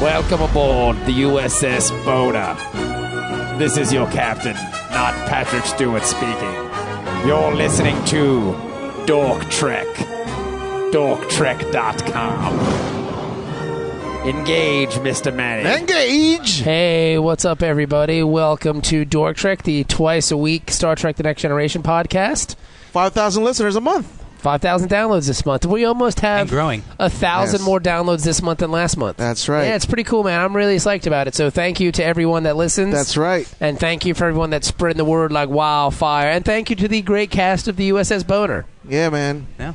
Welcome aboard the USS Boda. This is your captain, not Patrick Stewart speaking. You're listening to Dork Trek. DorkTrek.com. Engage, Mr. Manning. Engage! Hey, what's up, everybody? Welcome to Dork Trek, the twice a week Star Trek The Next Generation podcast. 5,000 listeners a month. 5,000 downloads this month. We almost have And growing. a thousand Yes. more downloads this month than last month. That's right. Yeah, it's pretty cool, man. I'm really psyched about it. So thank you to everyone that listens. That's right. And thank you for everyone that's spreading the word like wildfire. And thank you to the great cast of the USS Boner. Yeah, man. Yeah.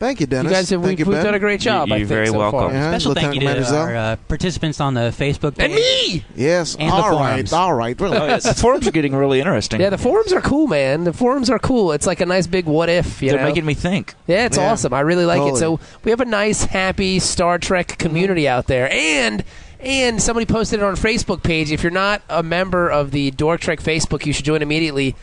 Thank you, Dennis. you guys have Thank we've, you, we've Ben. done a great job. You- I you're think, very so welcome. far. Yeah, Special thank you Lieutenant to Commander our Zell. uh, participants on the Facebook page. And me. Yes. and the all right. forums. All right. Oh, yeah, the forums are getting really interesting. Yeah, the forums are cool, man. The forums are cool. It's like a nice big what if. You They're know? making me think. Yeah, it's Yeah. awesome. I really like it. So Totally. Mm-hmm. we have a nice, happy Star Trek community out there, and and somebody posted it on our Facebook page. If you're not a member of the Dork Trek Facebook, you should join immediately.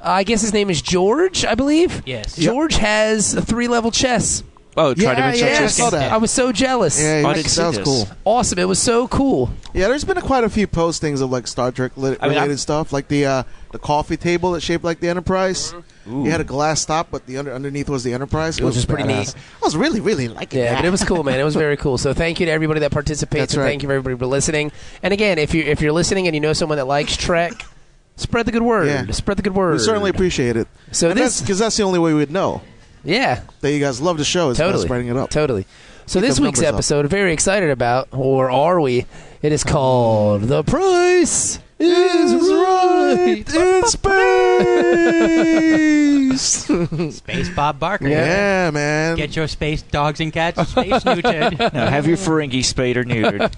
Uh, I guess his name is George, I believe. Yes. Yep. George has a three level chess. Oh, try to Yeah, mention yeah, I chess. saw that. I was so jealous. Yeah, I yeah, didn't see that was this. cool. Awesome. It was so cool. Yeah, there's been a, quite a few postings of like Star Trek lit- I mean, related I'm- stuff, like the uh, the coffee table that's shaped like the Enterprise. You had a glass top, but the under- underneath was the Enterprise, It Which was is pretty badass. neat. I was really, really liking Yeah, that. but it was cool, man. It was very cool. So thank you to everybody that participates, That's and right. thank you for everybody for listening. And again, if you if you're listening and you know someone that likes Trek, spread the good word. Yeah. Spread the good word. We certainly appreciate it. So and this- because that's the only way we'd know yeah. that you guys love the show is by totally spreading it up. Totally. So this them week's numbers up. episode, very excited about, or are we? It is called "The Price Is Right." in space. Space Bob Barker. yeah, man. Get your space dogs and cats space neutered. No, have your Ferengi spayed or neutered.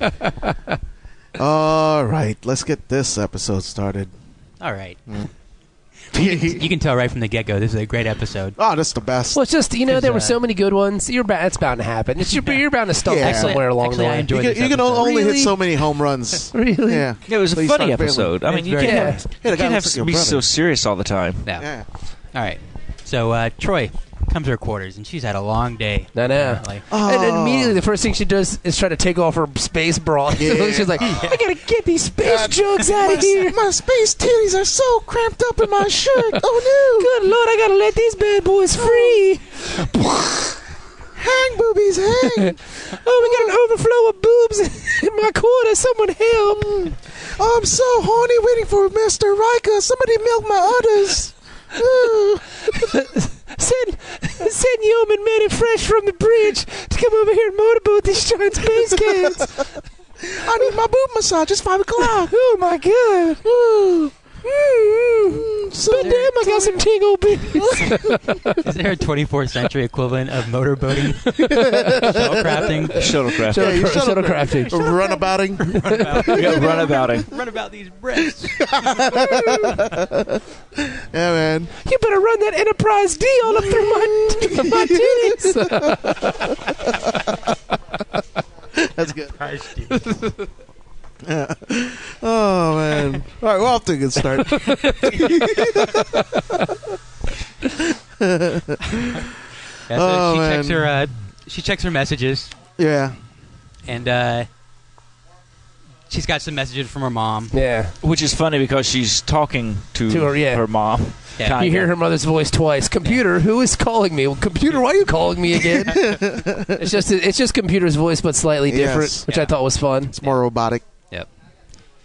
All right, let's get this episode started. All right. Mm. You oh, can tell right from the get go, this is a great episode. this is Oh, the best. Well, it's just you know there were so uh, many good ones. You're ba- it's bound to happen. It's you're, you're bound to stumble Yeah. Actually- somewhere along actually, the I way. enjoy- You can, you can Enjoyed this only hit episode. so many home runs. really? Yeah. It was a Please funny start bailing. episode. I mean, It's you very can't, Yeah. have- Yeah, the you guy can't have looks to like be your so brother. serious all the time. No. Yeah. All right. So uh, Troy comes to her quarters, and she's had a long day. I know. apparently. And then Oh. immediately, the first thing she does is try to take off her space bra. Yeah. She's like, "I gotta get these space jugs out of here." My space titties are so cramped up in my shirt. Oh Good lord, I gotta let these bad boys free. no! Hang boobies, hang! Oh, we got an overflow of boobs in my quarter. Someone help! Oh, I'm so horny waiting for Mr. Riker. Somebody milk my udders. Ooh. Send send Yeoman Manny Fresh from the bridge to come over here and motorboat these giant space cats. I need my boob massage. It's five o'clock. Oh my god! Ooh. Mm-mm. So But damn, I got some tingle bits. Is there a 24th century equivalent of motorboating, shellcrafting? Shuttlecraft. Yeah, you Shuttle- shuttlecrafting. runabouting. we got run about him. Run about these breasts. Yeah, man. You better run that Enterprise D all up through my, my titties. That's good. Oh man! All right, we're off to a good start. Yeah, so Oh, she checks man. her. Uh, she checks her messages, yeah, and uh, she's got some messages from her mom. Yeah. Which is funny because she's talking to, To her, yeah. mom. Yeah. Kinda. You hear her mother's voice twice. Computer, who is calling me? Well, computer, why are you calling me again? it's just it's just computer's voice, but slightly different, Yes. which I Yeah. thought was fun. it's more robotic. Yep.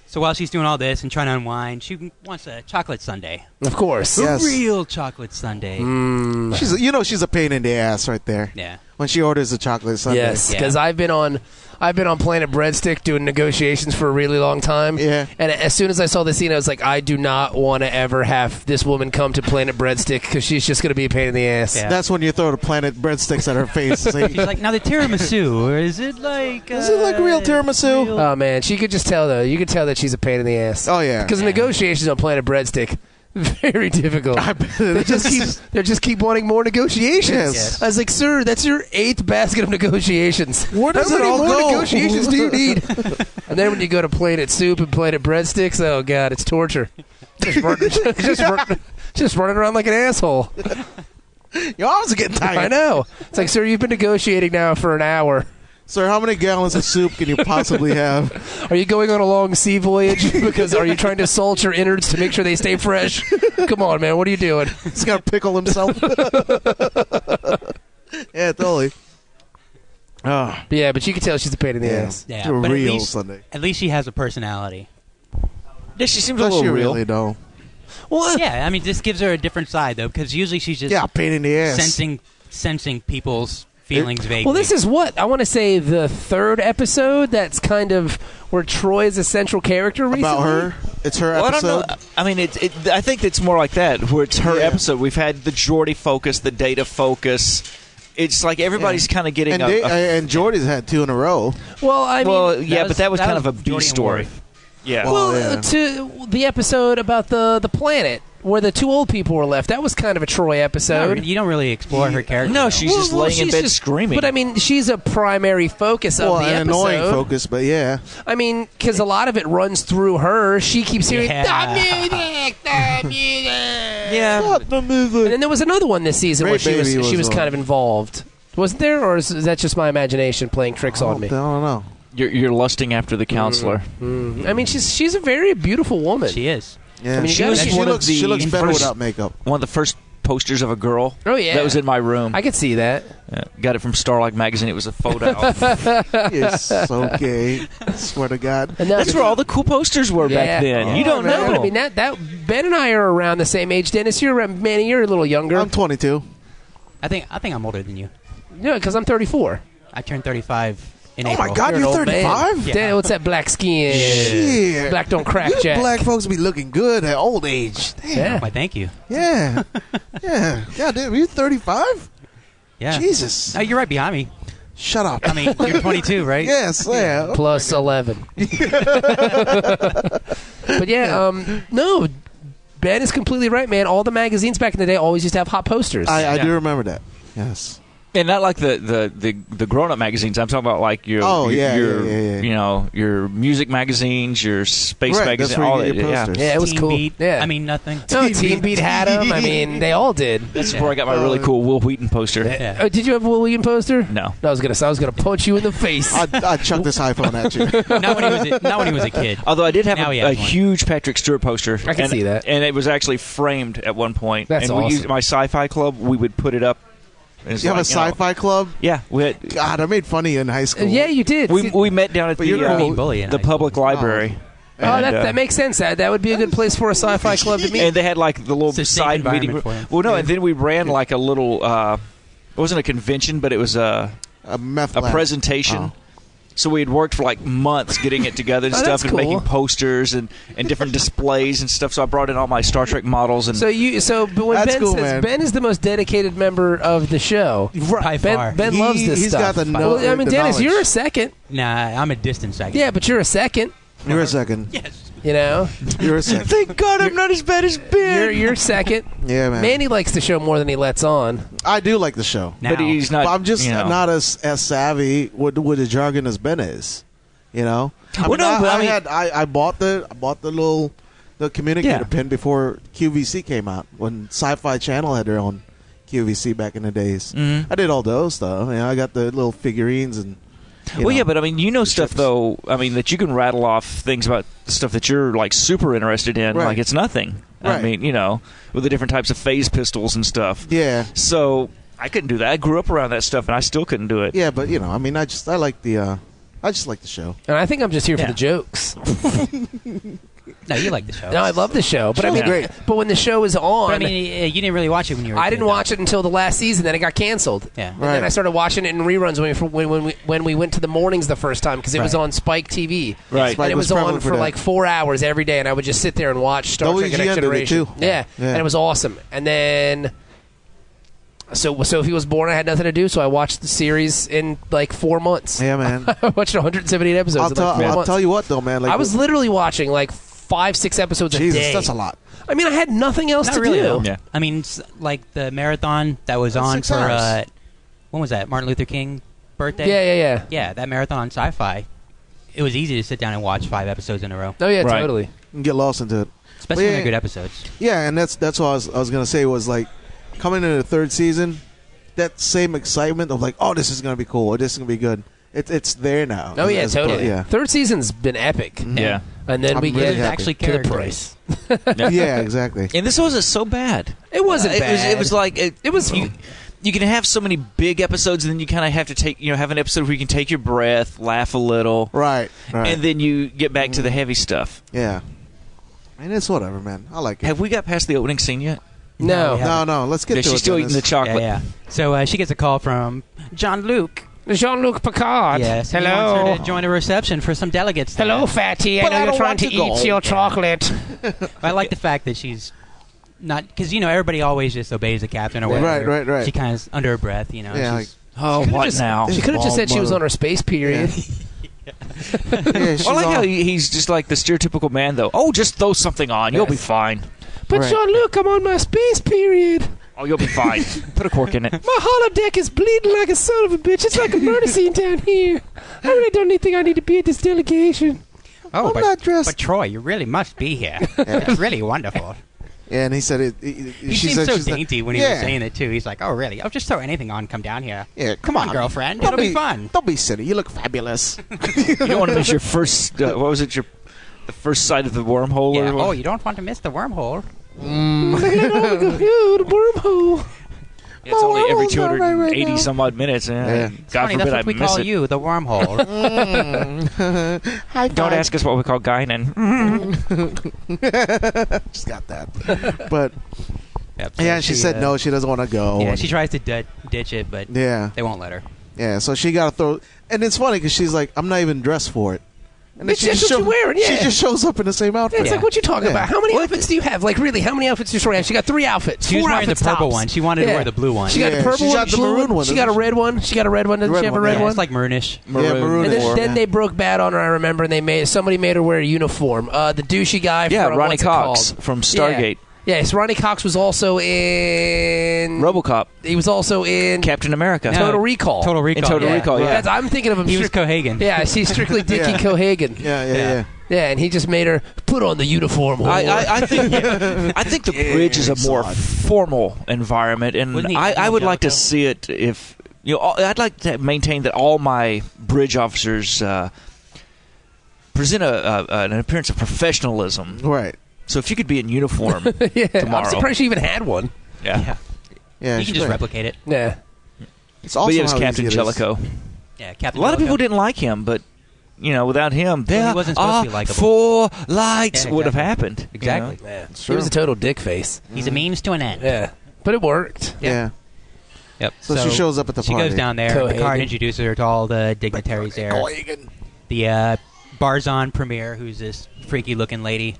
So while she's doing all this and trying to unwind, she wants a chocolate sundae. Of course. Yes. Mm. A real chocolate sundae. Mm. She's, a, you know, she's a pain in the ass right there. Yeah. When she orders a chocolate sundae. Yes, Yeah. because I've been on, I've been on Planet Breadstick doing negotiations for a really long time. Yeah. and as soon as I saw this scene, I was like, I do not want to ever have this woman come to Planet Breadstick because she's just going to be a pain in the ass. Yeah. That's when you throw the planet breadsticks at her face. and She's say, like, now the tiramisu, or is it like? Is it like real uh, tiramisu? real- Oh man, she could just tell though. You could tell that she's a pain in the ass. oh yeah. because negotiations on Planet Breadstick very difficult. I bet it They just keep is. they just keep wanting more negotiations. Yes. I was like, sir, that's your eighth basket of negotiations. Where does How it many all more go? negotiations do you need? and then when you go to plate at soup and plate at breadsticks, oh god, it's torture. Just run, just run, just running around like an asshole. Your arms are getting tired. I know. It's like, sir, you've been negotiating now for an hour. Sir, how many gallons of soup can you possibly have? Are you going on a long sea voyage? Because are you trying to salt your innards to make sure they stay fresh? Come on, man. What are you doing? He's got to pickle himself. yeah, totally. Ah, Yeah, but you can tell she's a pain in the yeah. ass. Yeah, Do a but at real least- Sunday. At least she has a personality. Yeah, she seems a Unless little you real. really know. Well, Yeah, I mean, this gives her a different side though, because usually she's just Yeah, pain in the ass. sensing sensing people's feelings vaguely. Well, this is what I want to say the third episode that's kind of where Troy is a central character recently. About her. It's her Well, I don't episode. know. I mean, it, it, I think it's more like that, where it's her Yeah. episode. We've had the Jordy focus, the data focus. It's like everybody's kind of getting And, a. they, a- and Jordy's had two in a row. Well, I mean, well, yeah, was- but that was that kind was of a B Jordy and story. Worf. Yeah. Well- well, yeah. uh, to the episode about the the planet where the two old people were left. That was kind of a Troy No, episode. you don't really explore her character. no, though. she's just Well, well, laying in she's bed just- screaming. But I mean, she's a primary focus of well, the an episode. annoying focus, but yeah. I mean, because a lot of it runs through her. She keeps hearing Yeah. the music, the music. yeah. the And movie. then there was another one this season Ray where she was, Baby was she was on. kind of involved. Wasn't there, or is, is that just my imagination playing I tricks on don't, me? I don't know. You're, you're lusting after the counselor. Mm. I mean, she's she's a very beautiful woman. she is. Yeah. I mean, you she, gotta- looks, that's she, one of looks, she the looks better first- without makeup. One of the first posters of a girl. Oh, yeah. That was in my room. I could see that. Yeah, Got it from Starlight magazine. It was a photo. It's okay. Swear to God. And now- That's where all the cool posters were Yeah. back then. Oh, you don't man. know. I mean, that that Ben and I are around the same age. Dennis, you're around- Manny, you're a little younger. I'm Oh 22. I think I think I'm older than you. no, because I'm 34. I turned 35 in Oh April. my God, an you're old man. 35? Yeah. Dan, what's that black skin? Shit. Black don't crack, You Jack. black folks be looking good at old age. Damn. Yeah. Why, thank you. Yeah. Yeah. God damn, you 35? Yeah. Jesus. No, you're right behind me. Shut up. I mean, you're 22, right? yes, yeah. plus 11. but yeah, um, no, Ben is completely right, man. All the magazines back in the day always used to have hot posters. I, uh, I Yeah. do remember that. Yes. And not like the the the, the grown up magazines. I'm talking about like your Oh, your, yeah, your yeah, yeah, yeah. you know your music magazines, your space Right, that's magazine, where you all get that. your Yeah, posters. yeah, it was Teen cool. Beat. Yeah. I mean, nothing. no, Teen Oh, Beat had them. I mean, they all did. that's where I got my really cool Will Wheaton poster. Yeah. Oh, did you have a Will William poster? No, I was gonna. I was gonna punch you in the face. I, I chuck this iPhone at you. not when he was a, not when he was a kid. although I did have Now he a, has a one. huge Patrick Stewart poster. I can and, see that. and it was actually framed at one point. That's and we awesome. used my Sci-Fi Club. We would put it up. And it's You have a like, know, sci-fi club? yeah, we had, God, I made funny in high Uh, school. yeah, you did. we See- we met down at Well, you're the not uh, being bullied in the high school. public library. oh, that, And, uh, that makes sense. That that would be a good place for a sci-fi club to meet. And they had like the little It's a safe side environment meeting. for room. him. Well, no, and then we ran like a little. Uh, it wasn't a convention, but it was a A meth a lab. presentation. Oh. So we had worked for like months getting it together and Oh, that's stuff, cool. and making posters and, and different displays and stuff. So I brought in all my Star Trek models and so you so but when That's Ben cool, says man. Ben is the most dedicated member of the show. By far. Ben, ben He- loves this he's stuff. got the know- Well, I mean, the Dennis, knowledge. you're a second. Nah, I'm a distant second. Yeah, but you're a second. You're a second. Yes. You know, You're a second. thank God I'm not as bad as you're Ben. you're second. Yeah, man. Manny likes the show more than he lets on. I do like the show. Now, but he's not. but I'm just you know. not as as savvy with with the jargon as Ben is. You know, I, Well, mean, no, I, but I I mean- had I, I bought the I bought the little the communicator Yeah. pin before QVC came out when Sci-Fi Channel had their own QVC back in the days. I did all those though. You know, I got the little figurines and you Well, know. yeah, but I mean, you know stuff ships. though. I mean, that you can rattle off things about stuff that you're like super interested in, Right. like it's nothing. I Right. mean, you know, with the different types of phase pistols and stuff. yeah, So I couldn't do that. I grew up around that stuff, and I still couldn't do it. yeah, but you know, I mean, I just I like the uh I just like the show. And I think I'm just here for Yeah. the jokes. No, you like the show. No, I love the show, but I Show's mean, great. but when the show is on, But, I mean, eh, you didn't really watch it when you were. a I kid, didn't though. watch it until the last season. Then it got canceled. Yeah. And then Right. I started watching it in reruns when we when, when we when we went to the mornings the first time because it was Right. on Spike TV. Right. and Spike it was, was on prevalent for for that. Oh, like four hours every day, and I would just sit there and watch Star Trek: The WGN Next did it, Generation. too. Yeah. Yeah. and it was awesome. And then, so Sophie was born. I had nothing to do, so I watched the series in like four months. Yeah, man. I watched 178 episodes. I'll, in, tell like four I'll months. tell you what though, man. Like I was literally watching like five, six episodes a Jesus, day. that's a lot. I mean, I had nothing else Not to really. do. though. Yeah. I mean, s- like the marathon that was That's on six for hours. uh, when was that? Martin Luther King birthday. Yeah, yeah, yeah. Yeah, that marathon on Sci-Fi. It was easy to sit down and watch five episodes in a row, Oh yeah, Right. totally. You can get lost into it. especially when Yeah. they're good episodes. Yeah, and that's that's what I was, I was gonna say was like coming into the third season, that same excitement of like, oh, this is gonna be cool, or this is gonna be good. It's it's there now. Oh yeah, As- as opposed- totally. Yeah. Mm-hmm. Third season's been epic, Yeah. and then I'm we really There's get happy. actually to the characters. price. yeah, exactly. And this wasn't so bad. It wasn't Uh, it was- bad. it was like it, It was You, fun. you can have so many big episodes, and then you kind of have to take you know have an episode where you can take your breath, laugh a little, Right. Right. and then you get back to the heavy stuff. yeah. And it's whatever, man. I like it. Have we got past the opening scene yet? No. Yeah. no, no. Let's get No, to she's it. still eating the Dennis. chocolate. Yeah, yeah. So uh, she gets a call from John Luke. Jean Luc Picard. Yes. He wants her to join a reception for some delegates. there. Hello, fatty. I But know I you're don't trying want to, to go. eat your chocolate. I like the fact that she's not because you know everybody always just obeys the captain or Right, whatever. right, right. She kind of under her breath, you know. Yeah, she's- Oh, She could've what just- now? She could have just said she was on her space period. Yeah, she's I like all- how he- he's just like the stereotypical man, though. Oh, just throw something on. You'll be Yes. fine. But Right. Jean Luc, I'm on my space period. Oh, you'll be fine. Put a cork in it. My holodeck is bleeding like a son of a bitch. It's like a murder scene down here. I really don't even think I need to be at this delegation. oh, I'm but, not dressed. but Troy, you really must be here. It's really wonderful. Yeah, and he said it. it- it- He she seemed said so she's not- dainty when he Yeah. was saying it too. He's like, "Oh, really? Oh, just throw anything on. Come down here. Yeah, Come on, girlfriend. It'll be fun." Don't be silly. You look fabulous. You don't want to miss your first. Uh, what was it? Your the first sight of the wormhole. Yeah. Or Oh, you don't want to miss the wormhole. Oh, the wormhole. it's only every wormhole's not right right 280 now. some odd minutes. Yeah. Yeah. God Funny, forbid that's what I we miss call it. you, the wormhole. Don't ask us what we call Guinan. Just got that. But Yep, so yeah, she, said uh, no. She doesn't want to go. Yeah, and- she tries to d- ditch it, but yeah, they won't let her. yeah. So she got to throw. And it's funny because she's like, I'm not even dressed for it. And then Bitch, that's what show- you're wearing, yeah. She just shows up in the same outfit. It's like, what you talking Yeah. about? How many outfits do you have? Like, really, how many outfits does Troy have? She got three outfits. She was four wearing the outfits purple tops. one. She wanted to Yeah. wear the blue one. She got Yeah, a purple she one, got the blue maroon one, She got a red one. She got a red one. Doesn't Red she have a one, yeah, red one? It's like maroonish. Mm, Yeah, maroon And Or- then, then they broke bad on her. I remember, and they made somebody made her wear a uniform. Uh, the douchey guy. Yeah, from, Ronnie what's it Cox called? from Stargate, Yeah. Yes, Ronnie Cox was also in. RoboCop, he was also in Captain America. No. Total Recall. Total Recall. Total yeah. Recall, yeah. That's, I'm thinking of him. He was strict- Cohagen. yeah, I see strictly Dickie Yeah. Cohagen. Yeah, Yeah. yeah, yeah. Yeah. and he just made her put on the uniform. I, whore. I, I think I think the bridge is a more formal environment, and Wouldn't he- I, I would like to Yellowtail? see it if you know. all- I'd like to maintain that all my bridge officers uh, present a, a, an appearance of professionalism. Right. So if you could be in uniform yeah, I'm tomorrow, surprised she even had one. yeah. Yeah. Yeah, she you can just did. replicate it. Yeah, It's But also yeah, it was how Captain easy it is. Jellicoe. Yeah, Captain A lot of people Jellicoe. didn't like him, but you know, without him, there wasn't supposed to are be likable. four lights Yeah, would have exactly. happened. you know? Exactly. yeah. He true. was a total dick face. He's a means to an end. Yeah, but it worked. Yeah. Yep. So she shows up at the She party. goes down there. Cohagen. Picard introduces her to all the dignitaries there. The uh, Barzon premier, who's this freaky-looking lady.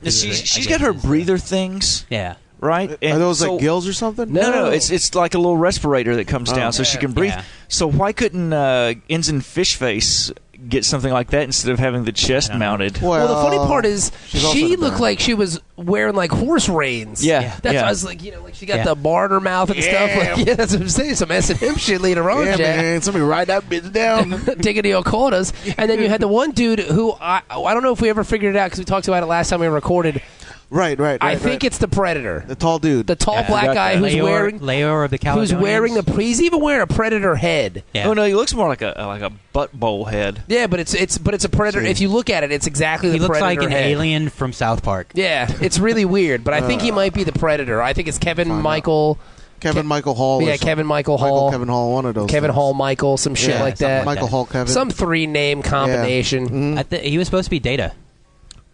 Now, She's, I she's guess got her is, uh, breather things, Yeah. right? Are And those so- like gills or something? No, no, it's it's like a little respirator that comes Oh. down so she can breathe. Yeah. So why couldn't uh, Ensign Fishface get something like that instead of having the chest I don't know. mounted? Well, the funny part is she's also she the looked bad. like she was wearing like horse reins. Yeah, Yeah. That's yeah. I was like, you know, like she got Yeah. the bar in her mouth and stuff. Like, yeah, that's what I'm saying. Some S and M shit later on, yeah, Jack. man, somebody ride that bitch down. Taking the Ocultas, and then you had the one dude who I I don't know if we ever figured it out because we talked about it last time we recorded. right, right, right. I think right. it's the Predator, the tall dude. the tall Yeah. black Got guy that. who's Leor, wearing Leor of the Caledonians. who's wearing the he's even wearing a Predator head. Yeah. Oh no, he looks more like a like a butt bowl head. Yeah, but it's it's but it's a Predator. See. If you look at it, it's exactly He the looks Predator like an head. alien from South Park. Yeah, it's really weird, but I think he might be the Predator. I think it's Kevin Find out. Michael. Kevin Michael Hall. or Yeah, something. Kevin Michael Michael Hall. Kevin Hall. One of those. Kevin things. Hall Michael, some shit Yeah, like something that. like Michael that. Mm-hmm. Hall. Kevin. some three name combination. I thi- he was supposed to be Data.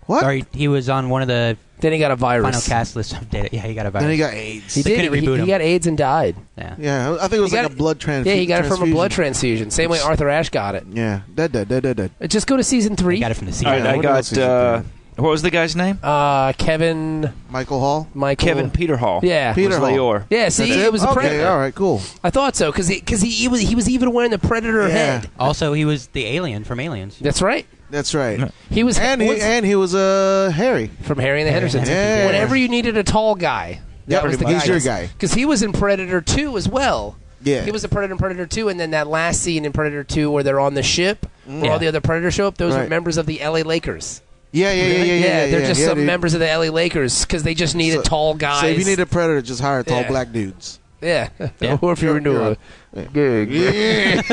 What? Or he, he was on one of the Then he got a final virus. cast list of Data. Yeah, he got a virus. Then he got AIDS. He They did. couldn't He, reboot he him. got AIDS and died. yeah. Yeah, I think it was He like got a it- blood transfusion. Yeah, he got it from a blood transfusion. Same way Arthur Ashe got it. Yeah, dead, dead, dead, dead, dead. Just go to season He three. got it from the All CIA. right, I what else got is he uh, doing? what was the guy's name? Uh, Kevin Michael Hall. Michael. Kevin Peter Hall. Yeah. Was Peter Hall. Leor. Yeah. See, That's it was a okay, predator. all right, cool. I thought so because because he, he was he was even wearing the predator Yeah. head. Also, he was the alien from Aliens. That's right. That's right. He was And he was- and he was uh, Harry. from Harry and the Hendersons. Yeah. Whenever you needed a tall guy, Yeah, that was the pretty guy. much. He's your guy. Because he was in Predator 2 as well. Yeah. He was a Predator in Predator 2, and then that last scene in Predator 2 where they're on the ship, where Yeah. all the other Predators show up, those are Mm. Right. members of the LA Lakers. Yeah, yeah, yeah, yeah, yeah. yeah they're just yeah, some dude. members of the LA Lakers because they just needed So- tall guys. So if you need a predator, just hire tall Yeah. black dudes. Yeah. Yeah. or if you were into a gig.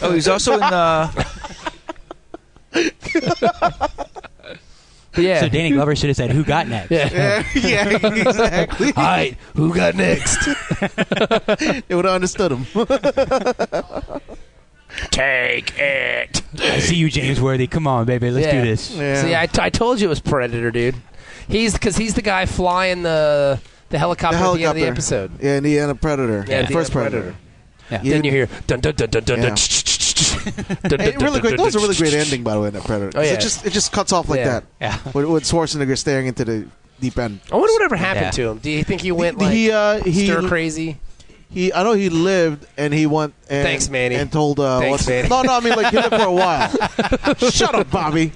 Oh, he's also in the. But yeah. So Danny Glover should have said, "Who got next?" yeah. yeah, exactly. All right, who got next? They would have understood him. Take it. I see you, James Worthy. Come on, baby, let's Yeah. do this. Yeah. See, I, t- I told you it was Predator, dude. He's because he's the guy flying the the helicopter, the helicopter. at the end of the episode. Yeah, Indiana Predator. Yeah, the first Indiana Predator. Yeah. You- then you hear dun dun dun dun dun Yeah. dun. dun, Hey, dun, really dun, quick, that dun, was a really dun, great ending, by the way, in that Predator. Oh, yeah. It just it just cuts off like Yeah. that. Yeah. With, with Schwarzenegger staring into the deep end. I wonder whatever happened Yeah. to him. Do you think he went like he uh, he stir crazy? he I know he lived and he went and Thanks, Manny. and told uh Thanks, what's- Manny. no no I mean like he lived for a while. Shut up, Bobby.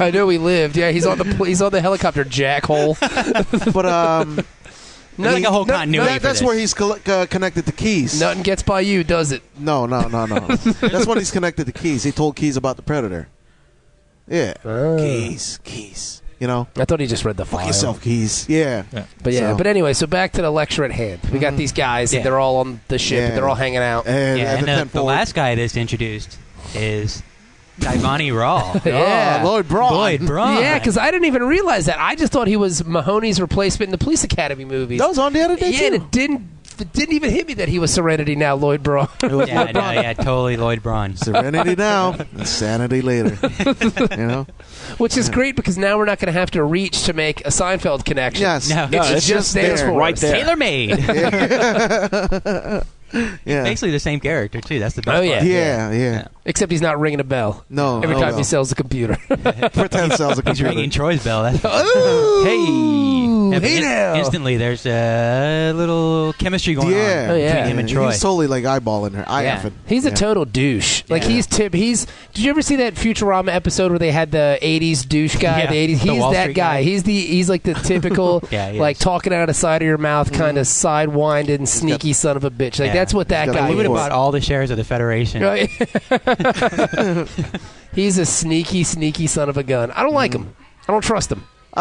I know he lived. Yeah, he's on the pl- he's on the helicopter jackhole. But um, There's like a whole continuity. that- for that's this. where he's coll- uh, connected to Keys. Nothing gets by you, does it? No, no, no, no. That's when he's connected to Keys. He told Keys about the Predator. Yeah. Ah. Keys, Keys. You know? I thought he just read the file. Fuck yourself, Keys. Yeah. But yeah. So- Mm-hmm. But anyway, so back to the lecture at hand. We got these guys. Yeah. And they're all on the ship. Yeah. And they're all hanging out. And yeah, at the and 10 the, the last guy that's introduced is Divani Raw. yeah. Oh, Lloyd Braun. Lloyd Braun. Yeah, because I didn't even realize that. I just thought he was Mahoney's replacement in the Police Academy movies. That was on the other day, yeah, and too. it didn't it didn't even hit me that he was Serenity now, Lloyd Braun. yeah, no, yeah, totally Lloyd Braun. Serenity now, insanity later. you know? Which is great because now we're not going to have to reach to make a Seinfeld connection. Yes. No, it's, it's just, just there, there, for right us. there. Tailor made. Yeah. Basically the same character too. That's the best. Oh, yeah. part. Yeah, yeah. Except he's not ringing a bell No. every no, time Oh, no. he sells a computer. Pretend sells a He's computer. ringing Troy's bell. That's Ooh, Yeah, but Oh! hey in- now. Instantly, there's a little chemistry going yeah. on Oh, yeah. between him and Troy. He's totally like eyeballing her. I Yeah. effing. He's a Yeah. total douche. Like Yeah. he's tip. He's. Did you ever see that Futurama episode where they had the '80s douche guy? Yeah, the '80s. the He's Wall that Street guy. guy. He's the. He's like the typical. Yeah, he like is. talking out of the side of your mouth, Mm-hmm. kind of sidewinded, sneaky son of a bitch. Like Yeah. that's what that got a guy. he would have Boy. bought all the shares of the Federation. Right? he's a sneaky, sneaky son of a gun. I don't Mm-hmm. like him. I don't trust him. Uh,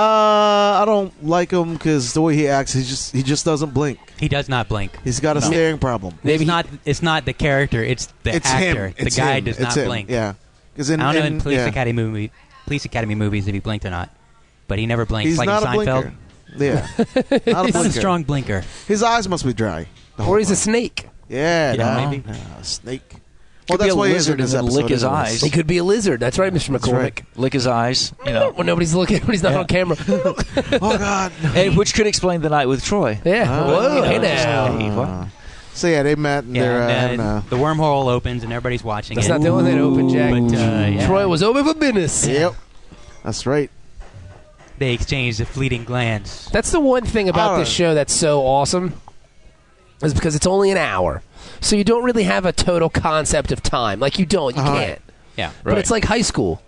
I don't like him because the way he acts, he just he just doesn't blink. He does not blink. He's got a staring problem. Maybe it's he- not. It's not the character. It's the it's actor. him. The It's guy him. does it's not him. blink. Yeah, because in, I don't know in Police yeah. Academy movie, Police Academy movies if he blinked or not, but he never blinks. he's like not in a Seinfeld, blinker. Yeah, not a he's not blinker. a strong blinker. His eyes must be dry. the whole Or he's a time. snake. yeah, Yeah, no, maybe. no, snake. Could Well, be Oh, that's a why he's in lizard and this then episode. lick his anyways. eyes. He could be a lizard. That's right, Mr. McCormick. right. Lick his eyes, you know. When nobody's looking, when he's not on camera. Oh God. And which could explain the night with Troy. yeah. Uh-huh. Whoa, you know, hey just- now. Hey, what? Uh, so yeah, they met and Yeah, they're uh, and, having uh, a. the wormhole opens and everybody's watching. That's it. not the only thing that opened, Jack. But, uh, Mm. yeah. Troy was open for business. Yep, that's right. They exchange a fleeting glance. That's the one thing about Alright. this show that's so awesome is because it's only an hour. So you don't really have a total concept of time. Like you don't, you Alright. can't. Yeah. But it's like high school.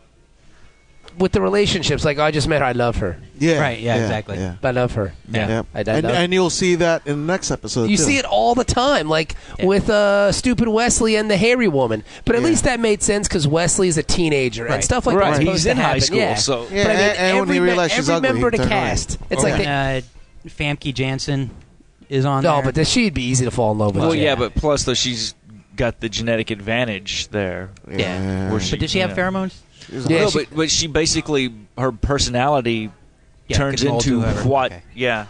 With the relationships, like I just met her, I love her. Yeah, Right, yeah, exactly. Yeah, I love her. Yeah. yeah. I- I and, love- and you'll see that in the next episode. You too. see it all the time, like Yeah. with uh, stupid Wesley and the hairy woman. But at Yeah. least that made sense because Wesley's a teenager and Right. stuff like Right, that's he's supposed to in high happen, school, yeah. so- Yeah, but I mean, and- and when every, he me- realized she's every ugly, he member of the turned around. cast, Oh, it's like yeah. they, uh, Famke Janssen is on no, there. but this, she'd be easy to fall in love with. Well, yeah. Yeah. but plus though she's got the genetic advantage there. yeah. Where But does she have yeah. pheromones? She's Yeah, no, she- but, but she basically her personality Yeah, turns could mold into whoever. what? Okay. Yeah,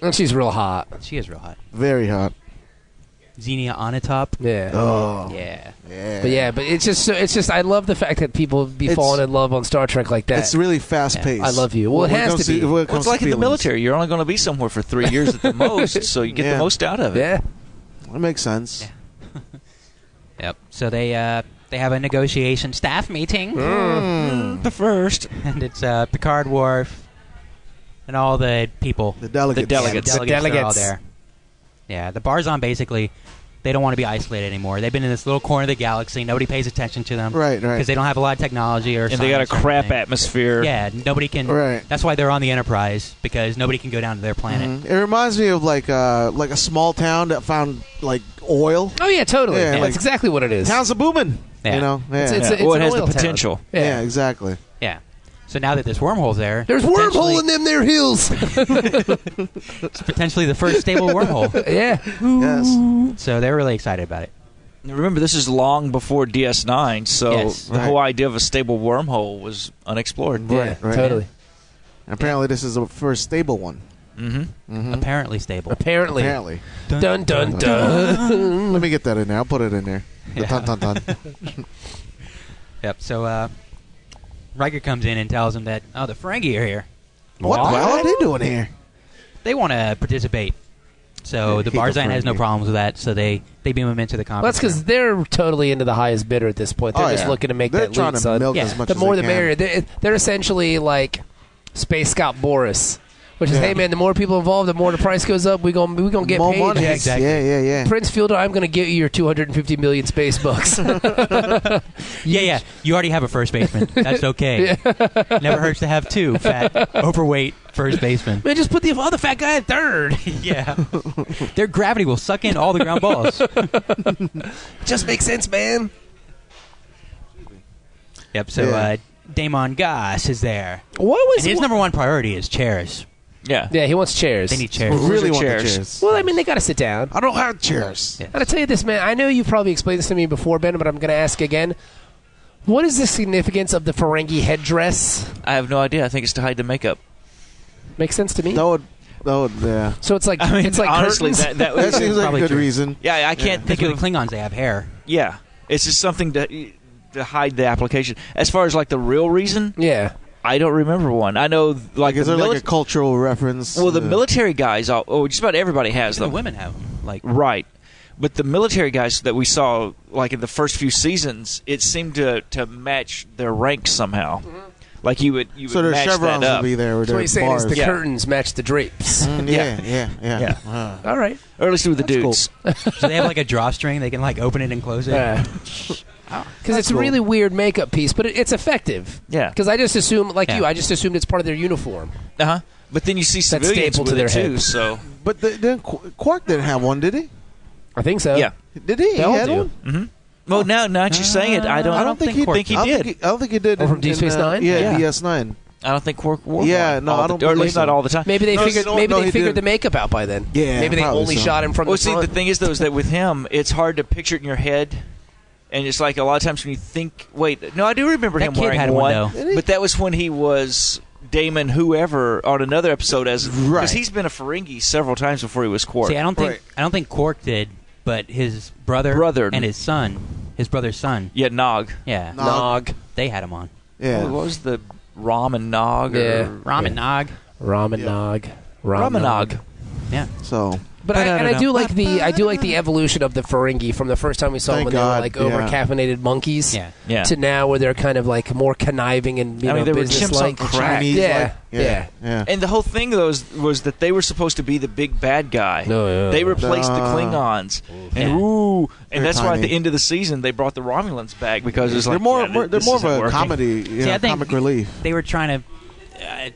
and she's real hot. She is real hot. very hot. Xenia Onatopp. Yeah. Oh, Yeah. yeah. But yeah, but it's just so it's just I love the fact that people be It's- falling in love on Star Trek like that. It's really fast Yeah. paced. I love you. Well, it has to be. well, it's like in the military. You're only going to be somewhere for three years at the most, so you get Yeah. the most out of it. yeah. That makes sense. Yeah. Yep. So they uh, they have a negotiation staff meeting, The first, and it's uh, Picard Wharf and all the people. The delegates. The delegates. Yeah, the delegates, are all Delegates. there. Yeah, the Barzon basically, they don't want to be isolated anymore. They've been in this little corner of the galaxy. Nobody pays attention to them. Right, right. Because they don't have a lot of technology or and they got a science or crap anything. atmosphere. Yeah, nobody can. Right. That's why they're on the Enterprise, because nobody can go down to their planet. Mhm. It reminds me of like uh, like a small town that found like oil. Oh yeah, totally. Yeah, That's like- exactly what it is. Towns a booming. Yeah. Mm-hmm. You know. Yeah. It's- it's- well, an it has oil the town. potential. yeah. Yeah. Exactly. Yeah. So now that this wormhole's there, There's it's wormhole potentially- in them there hills. It's potentially the first stable wormhole. yeah. Yes. So they're really excited about it. Remember, this is long before DS9, so Yes. the whole idea of a stable wormhole was unexplored. Yeah, right. totally. Apparently, this is the first stable one. Mm-hmm. Apparently stable. Apparently. Apparently. Dun dun dun. Let me get that in there. I'll put it in there. The Yeah. dun dun dun. Yep. So uh, Riker comes in and tells them that oh the Ferengi are here. what the hell are they doing here? They want to participate. So Yeah, the hate the Barzine has no Ferengi. problems with that. So they they beam him into the Well, that's conference. because they're totally into the highest bidder at this point. They're Oh, just yeah. looking to make They're that trying lead, to son. milk Yeah. as much the as more they the can. merrier. They're, they're essentially like Space Scout Boris, which is, Yeah. hey man, the more people involved, the more the price goes up. We going we gonna get more paid. money. Jack. exactly. Yeah, yeah, yeah. Prince Fielder, I'm gonna give you your 250 million space bucks. yeah, yeah. You already have a first baseman. That's okay. Never hurts to have two fat, overweight first baseman. man, just put the other fat guy at third. yeah. Their gravity will suck in all the ground balls. just makes sense, man. Yep. So Yeah. uh, Damon Goss is there. What was And his what- number one priority is chairs. Yeah. Yeah, he wants chairs. They need I chairs. really Where's the want the chairs? chairs. well, I mean, they got to sit down. I don't have chairs. Yeah. I gotta tell you this, man. I know you probably explained this to me before, Ben, but I'm gonna ask again. What is the significance of the Ferengi headdress? I have no idea. I think it's to hide the makeup. Makes sense to me. That would, that would, yeah. So it's like I mean, it's like honestly, curtains. that, that That was. seems like a probably good true. reason. yeah, I can't Because think with of. the Klingons, they have hair. yeah. It's just something to, to hide the application. As far as like the real reason, yeah. I don't remember one. I know, like, Like, is the there like milit- a cultural reference? well, the Uh, military guys, all, oh, just about everybody has The them. women have them. Like Right. But the military guys that we saw, like in the first few seasons, it seemed to, to match their rank somehow. Like you would, you would So their match chevrons that would up. be there. Or So their what he's saying is bars. the Yeah. curtains match the drapes. Mm, Yeah. yeah, yeah, yeah. Uh-huh. Yeah. Wow. All right. or at least with the That's cool. dudes. so they have like a drawstring. They can like open it and close it. Because it's a cool. really weird makeup piece, but it, it's effective. Yeah. Because I just assume, like Yeah. you, I just assumed it's part of their uniform. Uh huh. But then you see civilians stapled to with it their too. head. So But the, then Qu- Quark didn't have one, did he? I think so. yeah. Did he? He all had do. one. Mm-hmm. Well, now now that you say it, I don't. I don't think he Quark think he I don't did. Think he, I don't think he did. Or in- from Deep in, Space uh, Nine? Yeah, Yeah. DS Nine. I don't think Quark wore. Yeah, one no, all I the- don't Or at believe least not so. all the time. Maybe they No, figured. no, maybe no, they he figured didn't. the makeup out by then. Yeah, Maybe they probably only so. shot him from Well, the see, front. the thing is though, is that with him, it's hard to picture it in your head. And it's like a lot of times when you think, wait, no, I do remember That him kid wearing had one, one, though. Did he? but that was when he was Damon, whoever, on another episode as because Right. he's been a Ferengi several times before he was Quark. See, I don't think Right. I don't think Quark did, but his brother, Brother. and his son, his brother's son. yeah, Nog. Yeah, Nog. Nog, they had him on. What Yeah. was the Ram and Nog? Or, Yeah. Ram and Nog. Ramen Yeah. Nog, Ram and Nog. Yeah. So But I, and I do like the I do like the evolution of the Ferengi from the first time we saw them Thank when God, they were like yeah. overcaffeinated monkeys Yeah. Yeah. to now where they're kind of like more conniving and you I mean, know they were business chimps on like. crack. Chinese, Yeah, like, yeah. yeah. And the whole thing though is, was that they were supposed to be the big bad guy. No, yeah. They replaced the Nah. Klingons, Yeah. and ooh, and They're that's why at the tiny. end of the season they brought the Romulans back because it's like they're more, yeah, more they're this more of isn't a working. comedy, you See, know, I think- comic relief. They were trying to. Uh,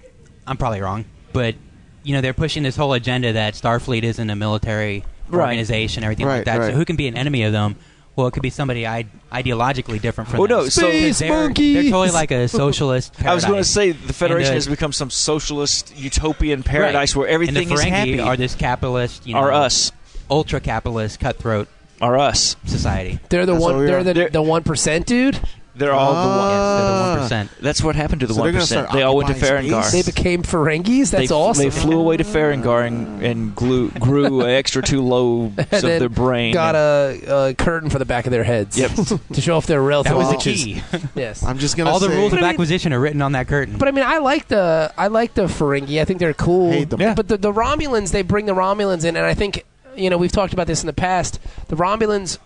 I'm probably wrong, but you know they're pushing this whole agenda that Starfleet isn't a military Right. organization, everything like Right, that. right. So who can be an enemy of them? Well, it could be somebody ide- ideologically different from Oh, them. no, so- Because Space they're, they're totally like a socialist. I was going paradise. to say the Federation And, uh, has become some socialist utopian paradise Right. where everything and the is Ferengi happy. Are this capitalist? You know, Are us? ultra capitalist cutthroat Are us? society? They're the That's what one. we They're are. the They're- the one percent dude. They're all the one. Yes, they're the one Ah. percent. That's what happened to the Uh-huh. So one they're gonna start They all went to occupying Ferengar. They space? became Ferengis. That's they, awesome. They flew away to Ferengar and, and glue, grew extra two lobes of And then their brain. Got a, a curtain for the back of their heads. Yep. to show off their real. That was the Wow. key. Yes. I'm just gonna All the say- rules of But I mean- acquisition are written on that curtain. But I mean, I like the I like the Ferengi. I think they're cool. Hate them. Yeah. But the, the Romulans, they bring the Romulans in, and I think you know we've talked about this in the past. The Romulans,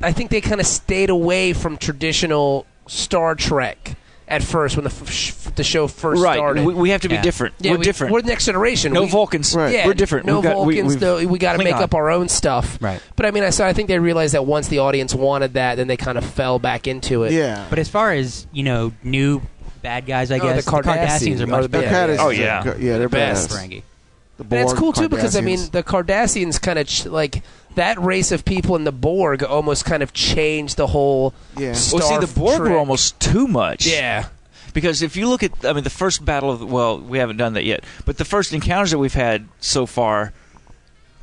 I think they kind of stayed away from traditional Star Trek at first when the f- sh- the show first right. started. We, we have to Yeah. be different. Yeah, we're we- different. We're the next generation. no we, Vulcans. Right. Yeah, We're different. No We've got, we- Vulcans. we've- though, we got to make Klingon. up our own stuff. Right. But I mean, I so I think they realized that once the audience wanted that, then they kind of fell back into it. yeah. But as far as you know, new bad guys, I Oh, the guess Cardassians Cardassians are are the much The better. Caddies Oh, is yeah. a- yeah, they're Best. badass. Ferengi. The And it's Borg, cool too because I mean Cardassians. the Cardassians kind of ch- like that race of people in the Borg almost kind of changed the whole. Yeah. s- Well, see, Star the Borg Trek. were almost too much. Yeah, Because if you look at, I mean, the first battle of the, well, we haven't done that yet, but the first encounters that we've had so far,